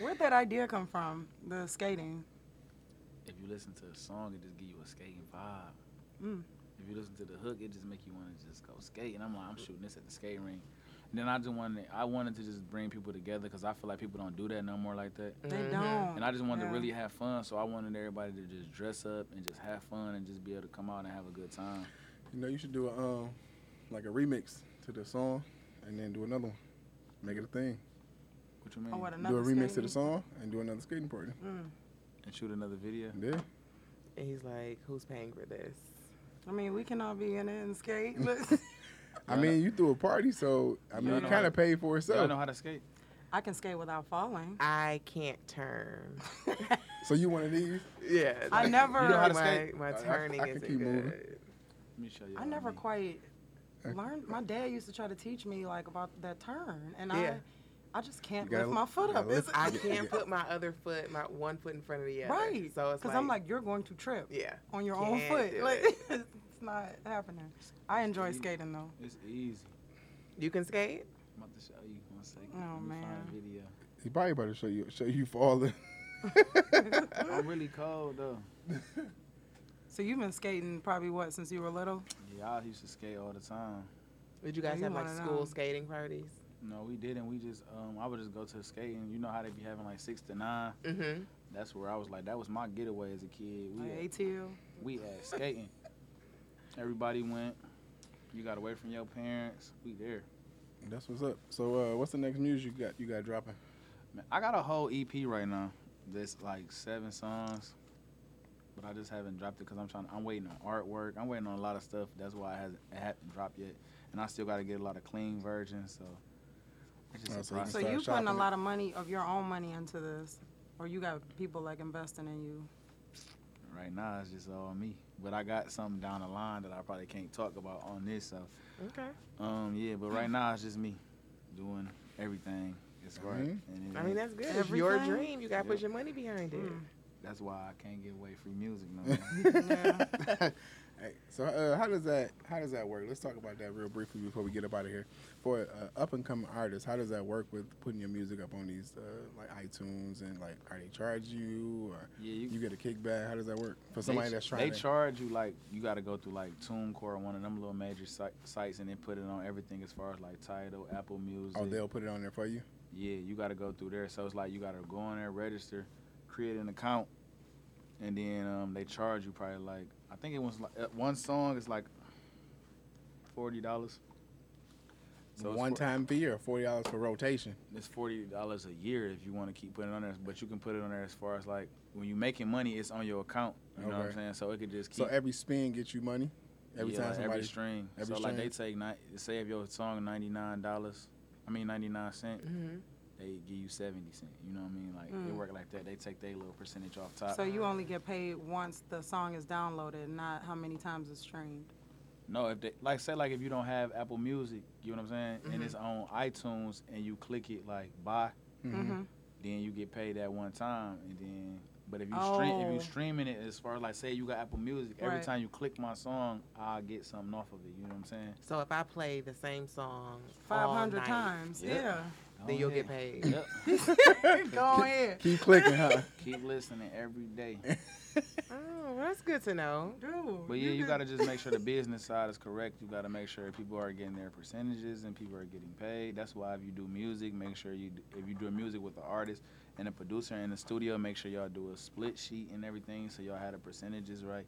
Speaker 4: Where'd that idea come from? The skating.
Speaker 2: If you listen to a song, it just give you a skating vibe.
Speaker 4: Mm.
Speaker 2: If you listen to the hook, it just make you want to just go skate. And I'm like, I'm shooting this at the skate ring. And then I just wanted, I wanted to just bring people together, cause I feel like people don't do that no more like that.
Speaker 4: They
Speaker 5: Mhm.
Speaker 4: don't.
Speaker 2: And I just wanted
Speaker 4: Yeah.
Speaker 2: to really have fun, so I wanted everybody to just dress up and just have fun and just be able to come out and have a good time.
Speaker 3: You know, you should do a um, like a remix to the song, and then do another one. Make it a thing.
Speaker 2: What you mean?
Speaker 4: Oh, what
Speaker 3: do
Speaker 4: another
Speaker 3: a remix to
Speaker 4: skating?
Speaker 3: the song, and do another skating party.
Speaker 4: Mm.
Speaker 2: and shoot another video.
Speaker 3: Yeah.
Speaker 5: And he's like, who's paying for this?
Speaker 4: I mean, we can all be in it and skate.
Speaker 3: I mean, you threw a party, so I mean,
Speaker 2: Y'all
Speaker 3: it
Speaker 2: know
Speaker 3: kind
Speaker 2: how-
Speaker 3: of paid for
Speaker 2: So, y'all
Speaker 3: itself.
Speaker 2: know how to skate?
Speaker 4: I can skate without falling.
Speaker 5: I can't turn.
Speaker 3: so you one of these?
Speaker 5: yeah.
Speaker 4: I never- You know how to
Speaker 5: my,
Speaker 2: skate?
Speaker 5: my
Speaker 3: I- I-
Speaker 5: turning
Speaker 3: I can
Speaker 5: isn't
Speaker 3: keep moving.
Speaker 5: good.
Speaker 2: Let me show you.
Speaker 4: I never quite
Speaker 3: Uh,
Speaker 4: learned. My dad used to try to teach me like about that turn, and
Speaker 5: Yeah.
Speaker 4: I, I just can't
Speaker 3: You gotta-
Speaker 4: lift my
Speaker 3: you
Speaker 4: foot
Speaker 3: gotta
Speaker 4: up.
Speaker 3: lift-
Speaker 4: It's-
Speaker 5: I
Speaker 3: Yeah,
Speaker 5: can't
Speaker 3: yeah.
Speaker 5: put my other foot, my one foot in front of the other.
Speaker 4: right,
Speaker 5: So it's like,
Speaker 4: I'm like, you're going to trip
Speaker 5: yeah.
Speaker 4: on your own
Speaker 5: can't
Speaker 4: foot.
Speaker 5: do
Speaker 4: Like
Speaker 5: it.
Speaker 4: it's not happening. I enjoy skating though.
Speaker 2: It's easy.
Speaker 5: You can skate?
Speaker 2: I'm about to show you one second.
Speaker 4: Oh,
Speaker 2: Let me
Speaker 4: man.
Speaker 2: Find a video.
Speaker 3: He probably better show you show you falling.
Speaker 2: I'm really cold though.
Speaker 4: So you've been skating probably what since you were little?
Speaker 2: Yeah, I used to skate all the time.
Speaker 5: Did you guys
Speaker 4: you
Speaker 5: have like
Speaker 4: wanna know.
Speaker 5: school skating parties?
Speaker 2: No, we didn't. We just, um, I would just go to the skating. You know how they be having like six to nine.
Speaker 5: Mm-hmm.
Speaker 2: That's where I was like, that was my getaway as a kid. We
Speaker 4: Like
Speaker 2: at,
Speaker 4: ATL.
Speaker 2: we at skating. Everybody went. You got away from your parents. We there.
Speaker 3: That's what's up. So uh, what's the next music you got? You got dropping?
Speaker 2: Man, I got a whole EP right now. That's like seven songs, but I just haven't dropped it because I'm trying. I'm waiting on artwork. I'm waiting on a lot of stuff. That's why it hasn't, it hasn't dropped yet, and I still got to get a lot of clean versions. So it's just
Speaker 3: Oh,
Speaker 2: a
Speaker 3: so you
Speaker 2: process.
Speaker 4: So
Speaker 3: start
Speaker 4: you putting
Speaker 3: shopping
Speaker 4: a
Speaker 3: it.
Speaker 4: lot of money of your own money into this, or you got people like investing in you.
Speaker 2: Right now, it's just all me. But I got something down the line that I probably can't talk about on this. So,
Speaker 5: Okay.
Speaker 2: um, yeah. But right now, it's just me doing everything. It's hard. And it
Speaker 5: I mean,
Speaker 2: ain't-
Speaker 5: that's good. It's your
Speaker 4: Everything?
Speaker 5: dream. You got to put
Speaker 2: Mm-hmm. Yeah.
Speaker 5: your money behind it.
Speaker 2: that's why I can't give away free music. No. more.
Speaker 4: Yeah.
Speaker 3: Hey, so uh, how does that how does that work? Let's talk about that real briefly before we get up out of here. For uh, up and coming artists, how does that work with putting your music up on these uh, like iTunes and like are they charge you or
Speaker 2: Yeah,
Speaker 3: you,
Speaker 2: you-
Speaker 3: get a kickback? How does that work for somebody
Speaker 2: they,
Speaker 3: that's
Speaker 2: They
Speaker 3: trying? to,
Speaker 2: charge you like you got to go through like TuneCore or one of them little major si- sites, and then put it on everything as far as like Tidal, Apple Music.
Speaker 3: oh, they'll put it on there for you.
Speaker 2: yeah, you got to go through there. So it's like you got to go on there, register, create an account, and then um, they charge you probably like I think it was like uh, one song is like forty dollars. it's
Speaker 3: one
Speaker 2: for-
Speaker 3: time fee or forty dollars for rotation.
Speaker 2: it's forty dollars a year if you want to keep putting it on there, but you can put it on there as far as like when you're making money, it's on your account. You know what I'm
Speaker 3: Okay.
Speaker 2: saying? So it could just keep.
Speaker 3: So every spin gets you money. Every
Speaker 2: Yeah,
Speaker 3: time
Speaker 2: like
Speaker 3: somebody
Speaker 2: every stream.
Speaker 3: every
Speaker 2: so like they take ni- say if your song ninety nine dollars, I mean ninety nine
Speaker 5: Mm-hmm.
Speaker 2: cent, they give you seventy cent. You know what I mean? Like they work like that. They take their little percentage off top.
Speaker 4: so you only get paid once the song is downloaded, not how many times it's streamed.
Speaker 2: no, if they like say like if you don't have Apple Music, you know what I'm saying, and it's on iTunes and you click it like buy,
Speaker 4: Mm-hmm.
Speaker 2: then you get paid that one time and then. But if you stream, if
Speaker 4: Oh.
Speaker 2: you streaming it as far as like say you got Apple Music, every
Speaker 4: Right.
Speaker 2: time you click my song, I get something off of it. You know what I'm saying?
Speaker 5: So if I play the same song
Speaker 4: Five
Speaker 5: all
Speaker 4: hundred
Speaker 5: night,
Speaker 4: times.
Speaker 2: Yeah.
Speaker 5: then
Speaker 2: Oh,
Speaker 5: you'll
Speaker 2: yeah.
Speaker 5: get paid.
Speaker 2: Yep.
Speaker 4: Yeah. Go ahead.
Speaker 3: keep clicking, huh?
Speaker 2: Keep listening every day.
Speaker 5: Oh, well, that's good to know.
Speaker 4: Dude,
Speaker 2: But yeah, you
Speaker 4: did-
Speaker 2: gotta just make sure the business side is correct. You gotta make sure people are getting their percentages and people are getting paid. That's why if you do music, make sure you d- if you do music with the artist and the producer and the studio, make sure y'all do a split sheet and everything so y'all have the percentages right.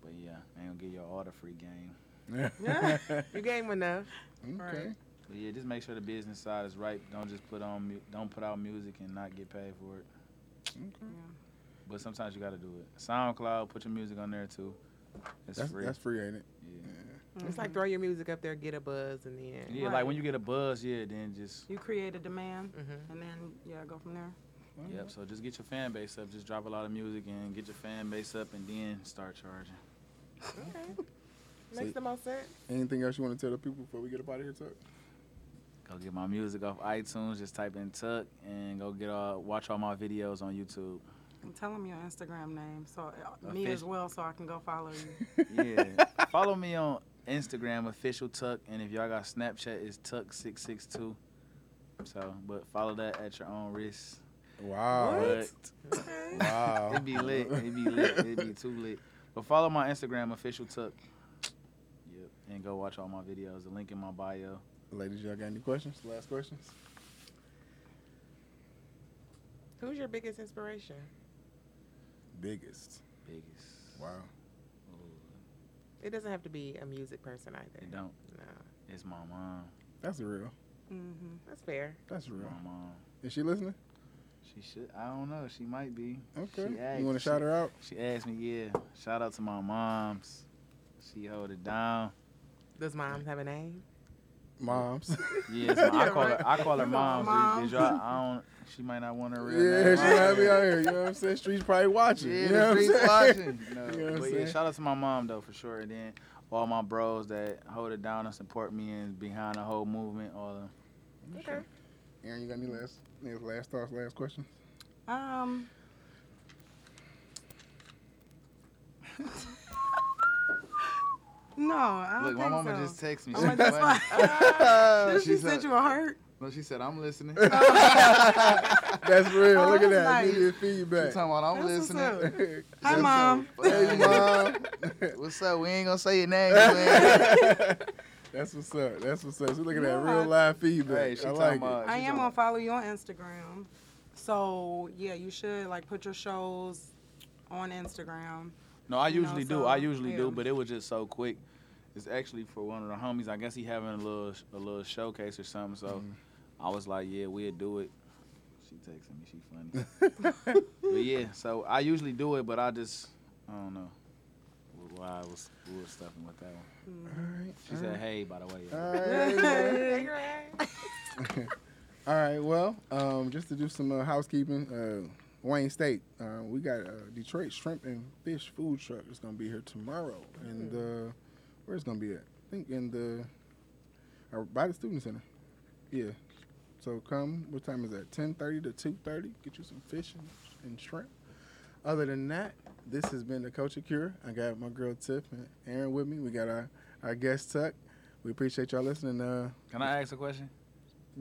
Speaker 2: But yeah, I ain't gonna give y'all all the free game.
Speaker 4: Yeah.
Speaker 5: You gave him enough.
Speaker 3: okay.
Speaker 4: Right.
Speaker 2: But yeah, just make sure the business side is right. Don't just put on mu- don't put out music and not get paid for it. But sometimes you gotta do it. SoundCloud, put your music on there too. It's
Speaker 3: That's
Speaker 2: free.
Speaker 3: that's free, ain't it?
Speaker 2: yeah.
Speaker 5: It's like throw your music up there, get a buzz, and then
Speaker 2: Yeah,
Speaker 4: Right.
Speaker 2: like when you get a buzz, yeah, then just
Speaker 4: You create a demand,
Speaker 5: Mhm.
Speaker 4: and then yeah, go from there.
Speaker 2: Yep. So just get your fan base up. Just drop a lot of music and get your fan base up, and then start charging.
Speaker 5: makes the most sense.
Speaker 3: Anything else you want to tell the people before we get up out of here, Tuck?
Speaker 2: Go get my music off iTunes. Just type in Tuck and go get all watch all my videos on YouTube.
Speaker 4: And tell them your Instagram name, so uh, me as
Speaker 2: Offici-
Speaker 4: well, so I can go follow you.
Speaker 2: Yeah. Follow me on Instagram, official Tuck, and if y'all got Snapchat, it's Tuck six six two. So, but follow that at your own risk.
Speaker 3: Wow.
Speaker 2: But
Speaker 3: Wow.
Speaker 2: it be lit. It be lit. It be too lit. But follow my Instagram, official Tuck. Yep. And go watch all my videos. The link in my bio.
Speaker 3: Ladies, y'all got any questions? Last questions?
Speaker 5: Who's your biggest inspiration?
Speaker 3: Biggest.
Speaker 2: Biggest.
Speaker 3: Wow.
Speaker 5: It doesn't have to be a music person either.
Speaker 2: It don't.
Speaker 5: No,
Speaker 2: It's my mom.
Speaker 3: That's real.
Speaker 4: Mm-hmm.
Speaker 5: that's fair.
Speaker 3: That's real.
Speaker 2: My mom.
Speaker 3: Is she listening?
Speaker 2: She should. I don't know. She might be.
Speaker 3: Okay.
Speaker 2: She asked,
Speaker 3: You want to
Speaker 2: she-
Speaker 3: shout her out?
Speaker 2: She asked me. Yeah. Shout out to my moms. She hold it down.
Speaker 5: Does mom have a name?
Speaker 3: Moms.
Speaker 2: Yeah. it's my- I call her. I call her moms.
Speaker 4: mom.
Speaker 2: Did y'all- I don't. She might not want her real
Speaker 3: yeah,
Speaker 2: name.
Speaker 3: she might be out here. You know what I'm saying? Streets probably watching.
Speaker 2: Yeah,
Speaker 3: you
Speaker 2: the
Speaker 3: know what I'm
Speaker 2: streets
Speaker 3: saying?
Speaker 2: watching. No,
Speaker 3: You know what I'm
Speaker 2: but yeah,
Speaker 3: saying?
Speaker 2: shout out to my mom though for sure. And then all my bros that hold it down and support me and behind the whole movement. All the
Speaker 5: Okay.
Speaker 3: Aaron, you got any last, any last thoughts, last questions?
Speaker 4: Um. no, I don't
Speaker 2: look, my
Speaker 4: think
Speaker 2: mama
Speaker 4: so.
Speaker 2: just texted me.
Speaker 4: I
Speaker 2: She
Speaker 4: went to
Speaker 2: funny.
Speaker 4: Did
Speaker 2: She
Speaker 4: she sent
Speaker 2: said-
Speaker 4: you a heart?
Speaker 2: No, she said I'm listening.
Speaker 3: That's real.
Speaker 4: Oh,
Speaker 3: Look at
Speaker 4: that's
Speaker 3: that.
Speaker 4: nice.
Speaker 3: Give you
Speaker 2: She
Speaker 3: feedback.
Speaker 2: talking about I'm
Speaker 4: That's what's
Speaker 2: listening.
Speaker 4: up. Hi, mom.
Speaker 3: Hey, mom.
Speaker 2: What's up? We ain't gonna say your name. man.
Speaker 3: That's what's up. That's what's up. She looking at
Speaker 4: No, I-
Speaker 3: real live feedback.
Speaker 2: Hey, she
Speaker 3: I
Speaker 2: talking
Speaker 3: like
Speaker 2: about-
Speaker 3: it.
Speaker 4: I
Speaker 2: Oh, She's
Speaker 4: am
Speaker 2: on-
Speaker 4: gonna follow you on Instagram. So yeah, you should like put your shows on Instagram.
Speaker 2: no, I
Speaker 4: You know,
Speaker 2: usually do.
Speaker 4: so,
Speaker 2: I usually
Speaker 4: yeah.
Speaker 2: do, but it was just so quick. It's actually for one of the homies. I guess he having a little a little showcase or something. So I was like, yeah, we'll do it. Mm-hmm. She texting me. She funny. but yeah, so I usually do it, but I just I don't know why I was we were stuffing with that
Speaker 4: Mm.
Speaker 2: one. She said, hey, by the way.
Speaker 3: All right. All right.
Speaker 5: Hey, you're right.
Speaker 3: All right. Well, um, just to do some uh, housekeeping, uh, Wayne State. Uh, we got uh, Detroit Shrimp and Fish Food Truck. It's gonna be here tomorrow, and uh, where it's gonna be at? I think in the uh, by the student center. Yeah. So come. What time is that? Ten thirty to two thirty. Get you some fish and, and shrimp. Other than that, this has been the Culture Cure. I got my girl Tiff and Aaron with me. We got our our guest Tuck. We appreciate y'all listening. Uh,
Speaker 2: Can I ask a question?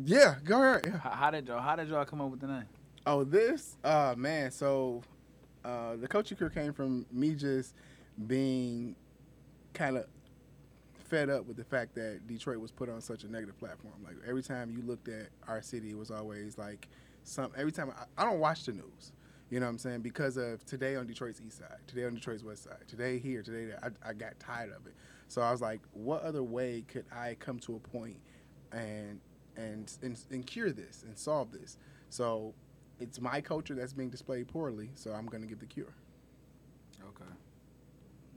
Speaker 3: yeah, go ahead. Yeah.
Speaker 2: How, how did y'all How did y'all come up with the name?
Speaker 3: Oh, this? Uh man, so uh the coaching career came from me just being kind of fed up with the fact that Detroit was put on such a negative platform. Like every time you looked at our city, it was always like some every time I, I don't watch the news. You know what I'm saying? Because of today on Detroit's east side, today on Detroit's west side, today here, today there. I, I got tired of it. So I was like, what other way could I come to a point and and and, and cure this and solve this? So it's my culture that's being displayed poorly, so I'm gonna give the cure.
Speaker 2: Okay.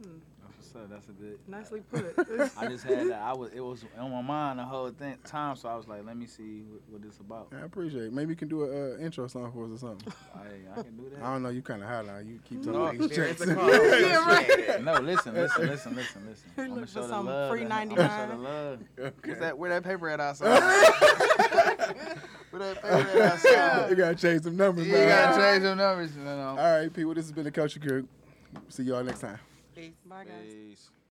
Speaker 4: Hmm.
Speaker 2: That's what's up. That's a bit.
Speaker 4: Nicely put.
Speaker 2: I just had that. I was. It was on my mind the whole thing, time. So I was like, let me see what, what this about.
Speaker 3: I appreciate it. Maybe you can do an uh, intro song for us or something.
Speaker 2: I, I can do
Speaker 3: I
Speaker 2: that.
Speaker 3: don't know. You kind of high now. You keep talking
Speaker 2: No,
Speaker 3: about these
Speaker 5: There is
Speaker 3: checks.
Speaker 5: a call.
Speaker 4: Yeah, right.
Speaker 2: No, listen, listen, listen, listen, listen.
Speaker 4: You're
Speaker 2: I'ma
Speaker 4: looking for
Speaker 2: show the
Speaker 4: some
Speaker 2: love
Speaker 4: free
Speaker 2: that- I'ma show the
Speaker 4: 99?
Speaker 2: love.
Speaker 3: Okay.
Speaker 2: Where's that? Where that paper at outside? Where that paper at outside?
Speaker 3: you gotta change some numbers,
Speaker 2: You
Speaker 3: man.
Speaker 2: gotta change them numbers. You know.
Speaker 3: All right, people. This has been the Culture Group. See y'all next time.
Speaker 5: Peace.
Speaker 4: Bye, guys.
Speaker 2: Peace.